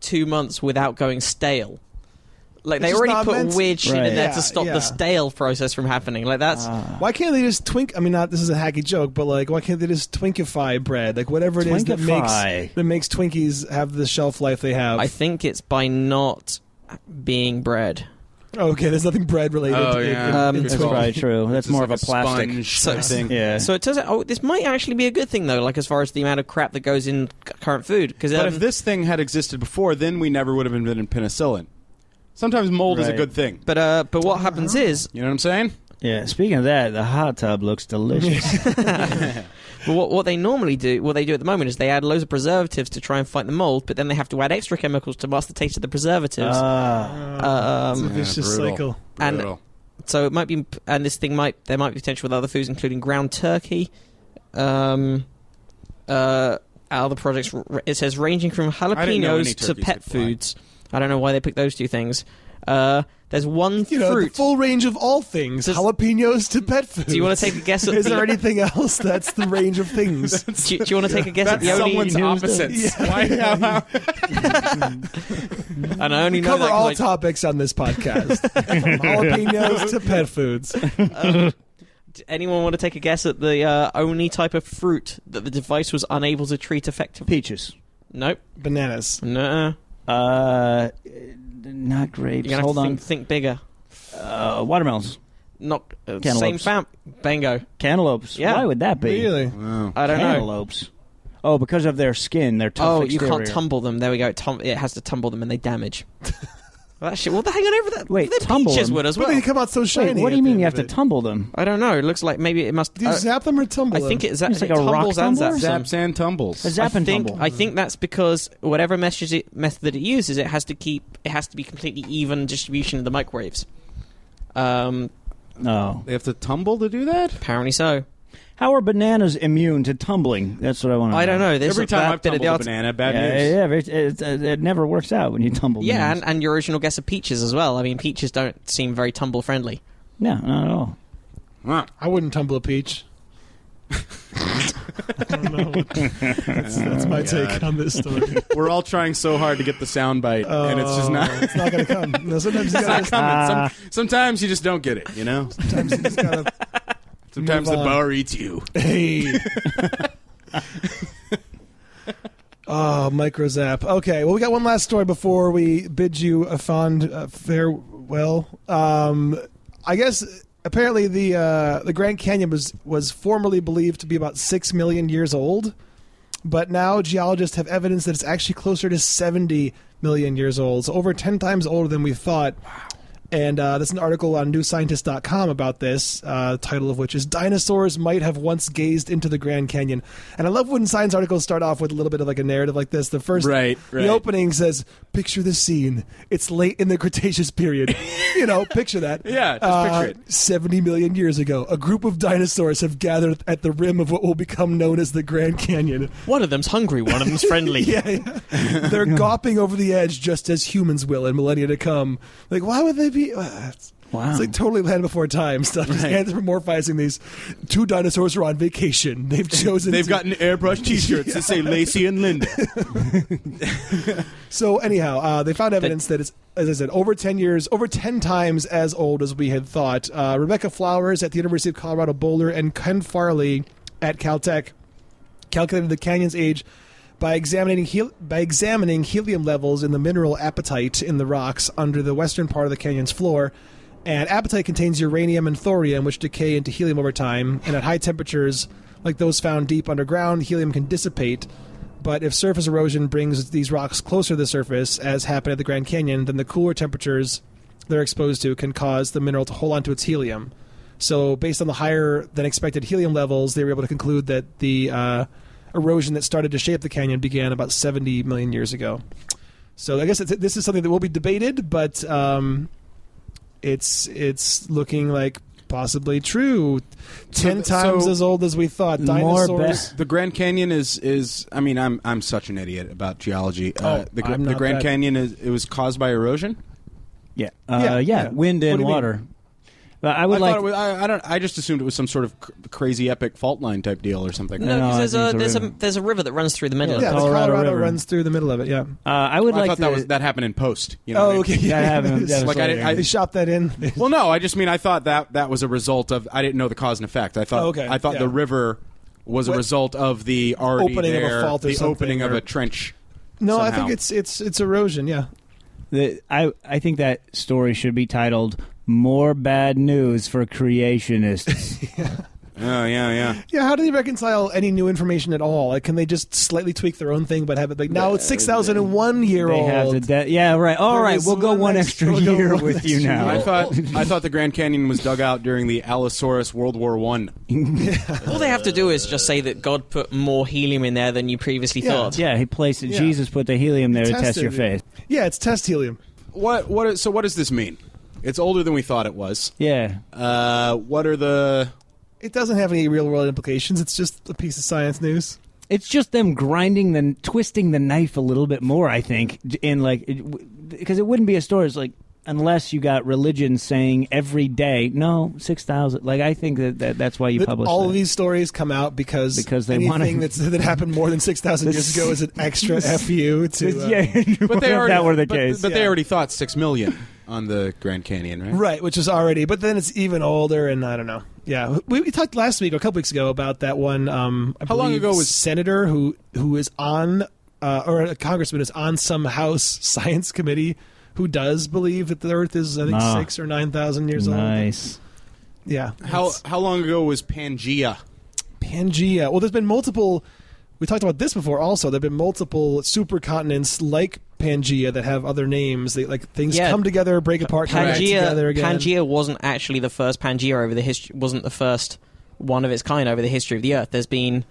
C: two months without going stale. Like they
B: It's just
C: already
B: not
C: put
B: meant to-
C: weird shit
E: Right.
C: in there
B: Yeah,
C: to stop
B: yeah.
C: the stale process from happening. Like that's
D: Ah.
B: Why can't they just twink? I mean, not this is a hacky joke, but like, why can't they just twinkify bread? Like whatever it is that
E: Twinkify.
B: makes that makes Twinkies have the shelf life they have.
C: I think it's by not being bread.
B: Oh, okay, there's nothing bread related.
D: Oh,
B: in- in-
D: yeah.
B: in
C: Um,
E: That's
B: 12.
E: probably true. That's
D: It's
E: more
D: like
E: of a plastic.
D: sponge
C: So-
D: type thing.
E: Yeah.
C: So it turns out, oh, this might actually be a good thing though. Like as far as the amount of crap that goes in c- current food, um, because
D: But if this thing had existed before, then we never would have invented penicillin. Sometimes mold is a
E: Right.
D: good thing.
C: but uh, but what happens is
D: You know what I'm saying?
E: yeah. Speaking of that, the hot tub looks delicious.
C: But what, what they normally do, what they do at the moment, is they add loads of preservatives to try and fight the mold, but then they have to add extra chemicals to mask the taste of the preservatives.
E: Ah.
B: It's a
C: um,
B: vicious
D: brutal.
B: cycle.
C: And-
D: Brutal.
C: so it might be, and this thing might, there might be potential with other foods, including ground turkey. Um, uh, other products, r- it says ranging from
D: I didn't know any
C: jalapenos to
D: turkeys
C: pet
D: could fly.
C: foods. I don't know why they picked those two things. Uh, there's one
B: You know,
C: fruit.
B: the full range of all things,
C: Does-
B: jalapenos to pet food.
C: do you want to take a guess at
B: Is
C: the-
B: there anything else that's the range of things?
C: do, you- do you want to take a guess at
D: That's
C: the only?
D: someone's opposites. Why, how- how-
C: And I only know
B: Cover
C: that 'cause
B: all
C: I-
B: topics on this podcast, from jalapenos to pet foods.
C: Did anyone want to take a guess at the uh, only type of fruit that the device was unable to treat effectively?
E: Peaches.
C: Nope.
B: Bananas.
C: No.
E: Uh, not grapes.
C: You're going to
E: Hold
C: think,
E: on.
C: think bigger.
E: Uh, watermelons.
C: knocked uh,
E: Cantaloupes.
C: same fam. Bingo.
E: Cantaloupes.
C: Yeah.
E: Why would that be?
B: Really?
D: Wow.
C: I don't know.
E: Cantaloupes. Oh, because of their skin, their tough
C: Oh, you
E: exterior.
C: can't tumble them. There we go. It, tum- it has to tumble them, and they damage. well, that shit. Well, hang on over that.
E: Wait,
C: the
E: tumble
C: peaches
E: them?
C: would as
B: But
C: well.
B: they come out so
E: Wait,
B: shiny.
E: what do you
B: at the
E: mean you
B: end
E: have
B: of
E: to
B: it.
E: tumble them?
C: I don't know. It looks like maybe it must.
B: Do you
C: uh,
B: zap them or tumble
C: I
B: them?
C: think it's,
E: It's
C: it
E: like a rock
C: tumbles and
E: tumbler?
C: zaps them.
D: Zaps and tumbles.
E: A zap
C: I
E: and
C: think
E: tumble.
C: I think that's because whatever message it, method that it uses, it has to keep it has to be completely even distribution of the microwaves. Um,
E: No.
D: They have to tumble to do that.
C: apparently so.
E: Oh. How are bananas immune to tumbling? That's what I want to know.
C: I don't know. There's
D: Every
C: a
D: time
C: bad
D: I've
C: bit of
D: tumbled
C: the
D: a
C: art-
D: banana, bad
E: Yeah,
D: news.
E: yeah, it, it, it, it never works out when you tumble.
C: Yeah,
E: bananas.
C: and, and your original guess of peaches as well. I mean, peaches don't seem very tumble friendly.
E: no, not at all.
D: Wow.
B: I wouldn't tumble a peach. I don't know. That's, that's my take
D: God.
B: on this story.
D: We're all trying so hard to get the sound bite, and it's just not.
B: Oh, It's not going to come. No, sometimes you
D: It's
B: got
D: not
B: to.
D: coming. Some, sometimes you just don't get it, you know?
B: Sometimes you just got to.
D: Sometimes the
B: Move on.
D: bar eats you.
B: Hey. oh, microzap. Okay, well, we got one last story before we bid you a fond uh, farewell. Um, I guess apparently the uh, the Grand Canyon was was formerly believed to be about six million years old, but now geologists have evidence that it's actually closer to seventy million years old, so over ten times older than we thought. And uh, there's an article on newscientist.com about this, uh, title of which is Dinosaurs Might Have Once Gazed into the Grand Canyon. And I love when science articles start off with a little bit of like a narrative like this. The first,
D: Right, right.
B: the opening says, Picture the scene. It's late in the Cretaceous period. you know, picture that.
D: Yeah, just
B: Uh,
D: picture it.
B: 70 million years ago, a group of dinosaurs have gathered at the rim of what will become known as the Grand Canyon.
C: One of them's hungry. One of them's friendly.
B: Yeah, yeah. they're gawping over the edge just as humans will in millennia to come. Like, why would they be? ah, it's,
E: Wow.
B: it's like totally Land Before Time stuff. Just anthropomorphizing these two dinosaurs are on vacation. They've chosen.
D: They've
B: to-
D: gotten airbrush T-shirts that say Lacey and Linda.
B: So anyhow, uh, they found evidence that it's, as I said, over ten years, over ten times as old as we had thought. Uh, Rebecca Flowers at the University of Colorado Boulder and Ken Farley at Caltech calculated the canyon's age by examining hel- by examining helium levels in the mineral apatite in the rocks under the western part of the canyon's floor. And apatite contains uranium and thorium, which decay into helium over time. And at high temperatures, like those found deep underground, helium can dissipate. But if surface erosion brings these rocks closer to the surface, as happened at the Grand Canyon, then the cooler temperatures they're exposed to can cause the mineral to hold onto its helium. So, based on the higher than expected helium levels, they were able to conclude that the uh, erosion that started to shape the canyon began about 70 million years ago. So, I guess it's, this is something that will be debated, but um, it's it's looking like possibly true. Ten
D: So-
B: times
D: so-
B: as old as we thought.
E: More
B: Dinosaurs.
E: best.
D: the Grand Canyon is is. I mean, I'm I'm such an idiot about geology.
B: Oh,
D: Uh, the, Gr-
B: I'm
D: the
B: not
D: Grand
B: that-
D: Canyon is it was caused by erosion.
E: Yeah, uh,
B: Yeah,
E: yeah,
B: yeah. What
E: wind
B: do
E: and
B: you mean?
E: water. But I would
D: I
E: like.
D: thought it was, I, I don't. I just assumed it was some sort of cr- crazy epic fault line type deal or something.
C: No,
E: No, I
C: because
E: think
C: there's
E: it's
C: a there's a
E: a river.
C: there's a river that runs through the middle.
B: Yeah,
C: of
B: the
C: it.
E: Colorado
B: Colorado,
E: River.
B: runs through the middle of it. Yeah.
E: uh, I would
D: I
E: like
D: thought
E: to,
D: that was that happened in post. You know what I
B: Oh,
D: mean?
B: okay.
E: That happened- that was
D: Like, I
E: later.
D: didn't-
B: they shot that in.
D: Well, no, I just mean I thought that that was a result of I didn't know the cause and effect. I thought
B: Oh, okay.
D: I thought
B: Yeah.
D: the river was a
B: What-
D: result of the already
B: Opening of a
D: there-
B: fault or
D: the
B: something,
D: opening of
B: or-
D: a trench.
B: No, I
D: somehow.
B: think it's it's it's erosion. Yeah.
E: The, I I think that story should be titled "More Bad News for Creationists."
D: Oh yeah, yeah.
B: Yeah, how do they reconcile any new information at all? Like, can they just slightly tweak their own thing, but have it like now it's six thousand and one year
E: they
B: old?
E: have to, de- yeah, right. All
B: There
E: right,
B: is
E: we'll go
B: one
E: one
B: extra-
E: extra
B: we'll go
E: year
B: one
E: with you
B: extra
E: now.
D: I thought I thought the Grand Canyon was dug out during the Allosaurus World War One.
C: All they have to do is just say that God put more helium in there than you previously
B: Yeah.
C: thought.
E: yeah, he placed it.
B: Yeah.
E: Jesus put the helium there to
B: Tested
E: test your
B: it.
E: faith.
B: yeah, it's test helium.
D: What what? Is, so what does this mean? It's older than we thought it was.
E: Yeah,
D: Uh, what are the?
B: It doesn't have any real world implications. It's just a piece of science news.
E: It's just them grinding the twisting the knife a little bit more, I think, in like because it wouldn't be a story. It's like unless you got religion saying every day, no six thousand. Like I think that, that that's why you
B: That
E: publish
B: all
E: that.
B: of these stories come out because
E: Because they
B: anything
E: wanna-
B: that's, that happened more than six thousand years
E: This-
B: ago is an extra fu to uh,
E: yeah,
D: But they
E: if
D: already
E: that were the
D: but,
E: case,
D: But they
B: yeah.
D: already thought six million on the Grand Canyon, right?
B: Right, which is already, but then it's even older, and I don't know. Yeah, we, we talked last week or a couple weeks ago about that one. Um, I
D: How long
B: believe
D: ago was-
B: senator who who is on uh, or a congressman is on some House science committee who does believe that the Earth is I think
E: Ah.
B: six or nine thousand years old.
E: nice.
B: Yeah.
D: How
B: it's-
D: how long ago was Pangea?
B: Pangea. Well, there's been multiple. We talked about this before. Also, there've been multiple supercontinents like Pangea that have other names. They like things
C: Yeah.
B: come together, break apart, come back
C: Pangea,
B: together again.
C: Pangea wasn't actually the first Pangea over the history. wasn't the first one of its kind over the history of the Earth. There's been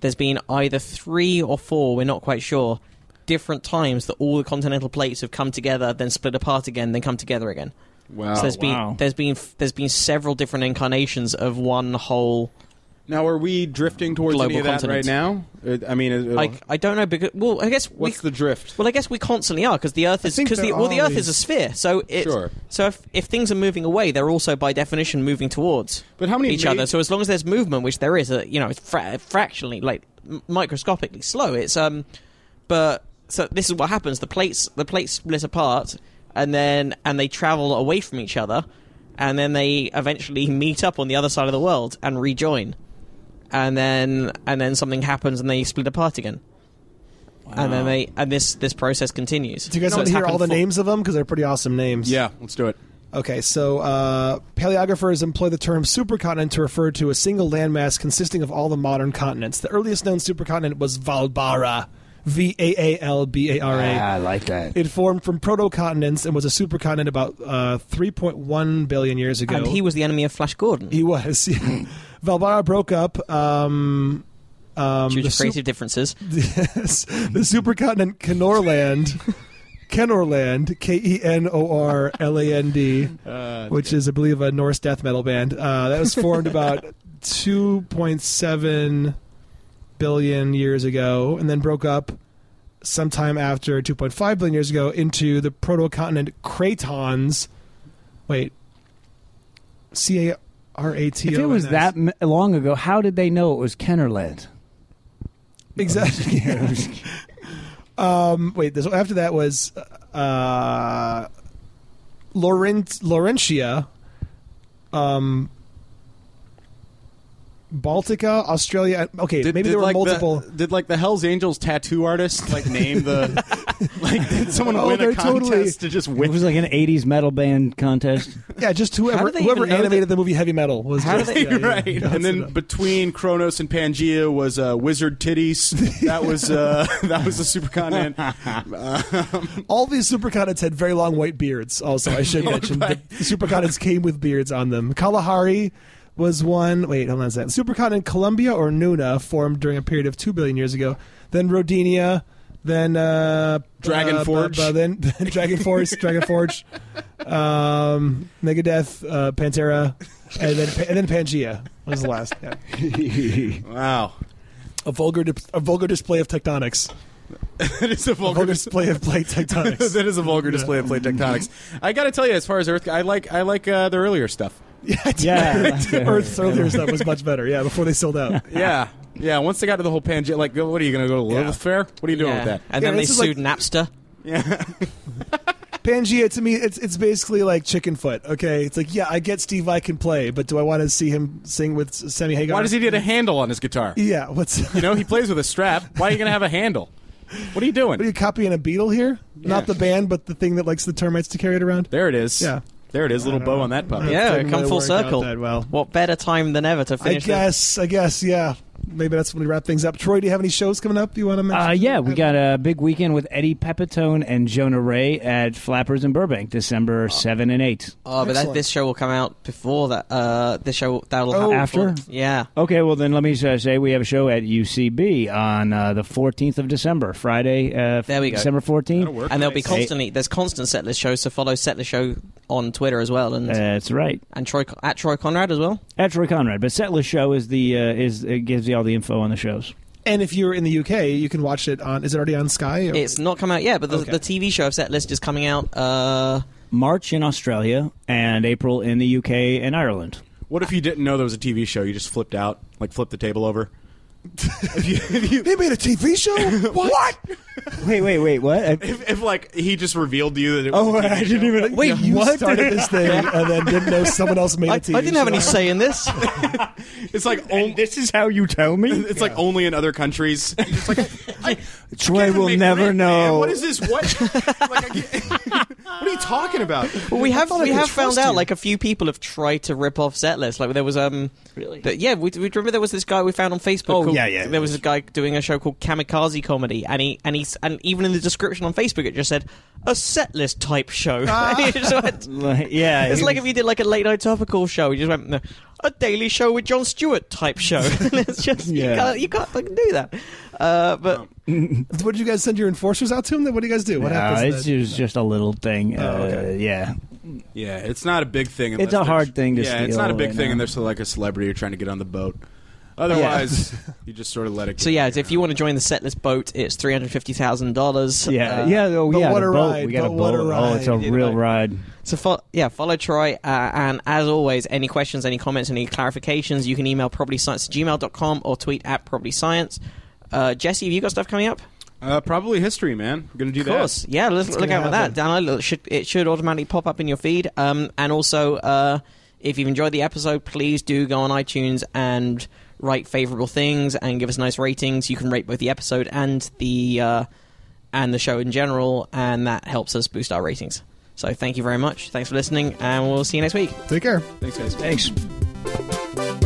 C: there's been either three or four. We're not quite sure. Different times that all the continental plates have come together, then split apart again, then come together again.
D: Oh, Wow.
C: So there's
E: wow.
C: been there's been there's been several different incarnations of one whole.
D: now are we drifting towards
C: Global
D: any of that
C: continents.
D: right now? Uh, I mean, it-
C: I I don't know because well I guess we
D: what's the drift?
C: Well, I guess we constantly are because the Earth is
B: think
C: because the
B: there
C: well the
B: are
C: Earth is a
B: these-
C: sphere. So it's
D: Sure.
C: so if if things are moving away, they're also by definition moving towards
D: But how many
C: each
D: ma-
C: other. So as long as there's movement, which there is, uh, you know, it's fra- fractionally like m- microscopically slow. It's um, but so this is what happens: the plates the plates split apart, and then and they travel away from each other, and then they eventually meet up on the other side of the world and rejoin, and then and then something happens and they split apart again and then they and this this process continues.
B: Do you guys
C: So
B: want
C: it's
B: to hear all
C: happened
B: the
C: for-
B: names of them? Because they're pretty awesome names.
D: yeah, let's do it.
B: Okay, so uh, paleographers employ the term supercontinent to refer to a single landmass consisting of all the modern continents. The earliest known supercontinent was Valbara, V A A L B A R A.
E: I like that.
B: It formed from protocontinents and was a supercontinent about uh, 3.1 billion years ago.
C: And he was the enemy of Flash Gordon,
B: He was. yeah. Valbara broke up. Um, um,
C: due
B: the,
C: to
B: su-
C: creative differences.
B: yes, the supercontinent Kenorland. Kenorland, K E N O R L A N D,
E: Ah,
B: which is, I believe, a Norse death metal band. Uh, that was formed about 2.7 billion years ago and then broke up sometime after 2.5 billion years ago into the protocontinent Cratons. Wait. C A R A T O.
E: If it was that m- long ago, how did they know it was Kennerland?
B: Exactly. Um, wait, this, after that was uh, Laurent, Laurentia, um, Baltica, Australia. Okay, maybe there were
D: like
B: multiple.
D: The, did like the Hell's Angels tattoo artist like name the like did someone
B: Oh,
D: win
B: they're
D: a contest
B: totally-
D: to just
E: It
D: win?
E: was like an '80s metal band contest.
B: yeah, just whoever
C: do they
B: whoever
C: even know
B: animated
C: that-
B: the movie Heavy Metal was
C: How do
B: just,
C: they-
B: yeah, yeah,
D: right,
B: yeah.
D: and then between Kronos and Pangea was uh, Wizard Titties. That was uh, that was the supercontinent.
B: all these supercontinents had very long white beards. Also, I should mention the supercontinents came with beards on them. Kalahari was one. Wait, hold on a second. Supercontinent Columbia or Nuna formed during a period of two billion years ago. Then Rodinia. Then uh,
D: Dragon
B: uh,
D: Forge.
B: bu- bu- then, then Dragon Force. Dragon Forge. Um, Megadeth. Uh, Pantera. And then and then Pangea was the last. Yeah.
D: Wow,
B: A vulgar dip- a vulgar display of tectonics.
D: that is a
B: Vulgar
D: vulgar.
B: display of plate tectonics.
D: that is a vulgar display of plate tectonics. I got to tell you, as far as Earth, I like I like uh, the earlier stuff.
B: yeah, I did.
E: Yeah.
B: Earth's earlier stuff was much better. Yeah, before they sold out.
D: Yeah, yeah. Once they got to the whole Pangea, like, what are you going to go to Lilith
B: Yeah.
D: Fair? What are you doing
C: Yeah.
D: with that?
C: And
B: Yeah,
C: then they
B: this is like-
C: sued Napster.
B: Pangea to me, it's it's basically like chicken foot. Okay, it's like yeah, I get Steve I can play, but do I want to see him sing with Sammy Hagar?
D: Why does he need a handle on his guitar?
B: Yeah, what's
D: You know, he plays with a strap. Why are you going to have a handle? What are you doing?
B: are you copying a beetle here? Not the band, but the thing that likes the termites to carry it around.
D: there it is.
B: Yeah.
D: There it is. Little bow on that puppy.
B: Yeah, it
C: Yeah,
B: didn't
C: come
B: really
C: full
B: work out
C: circle.
B: that well.
C: What better time than ever to
B: I
C: finish? the-
B: guess, I guess, yeah. Maybe that's when we wrap things up. Troy, do you have any shows coming up you want to mention?
E: Uh, yeah, we got a big weekend with Eddie Pepitone and Jonah Ray at Flappers in Burbank, December seven and eight.
C: Oh, but that,
B: Excellent.
C: this show will come out before that. Uh, this show that'll
B: Oh.
C: happen
E: After?
C: before- Yeah.
E: Okay, well then let me uh, say we have a show at UCB on uh, the fourteenth of December, Friday. Uh,
C: There we go.
E: December fourteenth.
D: That'll work.
C: And there'll be
D: Nice.
C: constantly there's constant setlist shows, so follow setlist show on Twitter as well, and
E: That's right.
C: and Troy at Troy Conrad as well.
E: At Troy Conrad, but Settler's show is the uh, is it gives you all the info on the shows.
B: and if you're in the UK, you can watch it on. Is it already on Sky? Or?
C: It's not come out yet, but the,
B: Okay.
C: the TV show of setlist is coming out. Uh,
E: March in Australia and April in the UK and Ireland.
D: What if you didn't know there was a TV show? You just flipped out, like flipped the table over. if, you, if, you,
B: they made a TV show. what?
E: Wait, wait, wait, what?
D: if, if like he just revealed to you that it
E: Oh,
D: was a TV
E: I didn't
D: show.
E: even.
B: Wait, you
E: what?
B: started this thing and then didn't know someone else made a
C: I, I
B: TV
C: didn't have
B: show.
C: any say in this.
D: It's like on,
E: This is how you tell me.
D: it's like only in other countries. It's like I
E: Troy
D: can't
E: will
D: make
E: never
D: rent, man.
E: know.
D: What is this? What? like, I can't- What are you talking about?
C: Well, we have
B: thought I
C: we
B: could
C: have found
B: trust
C: out
B: you.
C: like a few people have tried to rip off set lists. Like there was um,
E: Really?
C: that- yeah, we, we remember there was this guy we found on Facebook.
E: Oh,
C: called-
E: yeah, yeah.
C: There was this guy doing a show called Kamikaze Comedy, and he and he s- and even in the description on Facebook it just said a set list type show.
E: Ah.
C: And he just went-
E: Like, yeah,
C: it's
E: he
C: like
E: was-
C: if you did like a late night topical show. You just went "No, a Daily Show with Jon Stewart type show. and it's just
B: Yeah.
C: you can't you can't fucking do that. Uh, but
B: What did you guys send your enforcers out to him? What do you guys do? What
E: No,
B: happens?
E: it's
B: then?
E: just, just a little thing.
B: Oh,
E: Uh,
B: okay.
E: yeah,
D: Yeah, it's not a big thing.
E: It's
D: unless
E: a
D: there's-
E: hard thing to
D: Yeah, it's not a
E: steal
D: big
E: right
D: thing
E: now.
D: unless they're like a celebrity you're trying to get on the boat. Otherwise, you just sort of let it.
C: so
D: go.
C: yeah, if you want to join the setlist boat, it's three hundred fifty thousand dollars. Uh,
E: yeah, yeah. Oh,
B: but
E: yeah.
B: what
E: the
B: a
E: boat.
B: ride,
E: We got
B: but
E: a boat.
B: what a
E: Oh, it's a
B: ride.
E: real
C: Yeah.
E: ride.
C: So fo- yeah, follow Troy, uh, and as always, any questions, any comments, any clarifications, you can email propertyscience gmail.com or tweet at propertyscience. Uh, Jesse, have you got stuff coming up?
D: uh, probably history, man. We're gonna do
C: Of course, yeah. Let's look
B: gonna
C: out for that.
B: happen.
C: Download it should it should automatically pop up in your feed. Um, and also, uh, if you've enjoyed the episode, please do go on iTunes and write favorable things and give us nice ratings. You can rate both the episode and the uh, and the show in general, and that helps us boost our ratings. So thank you very much. Thanks for listening, and we'll see you next week.
B: Take care.
D: that. Thanks, guys.
E: Thanks.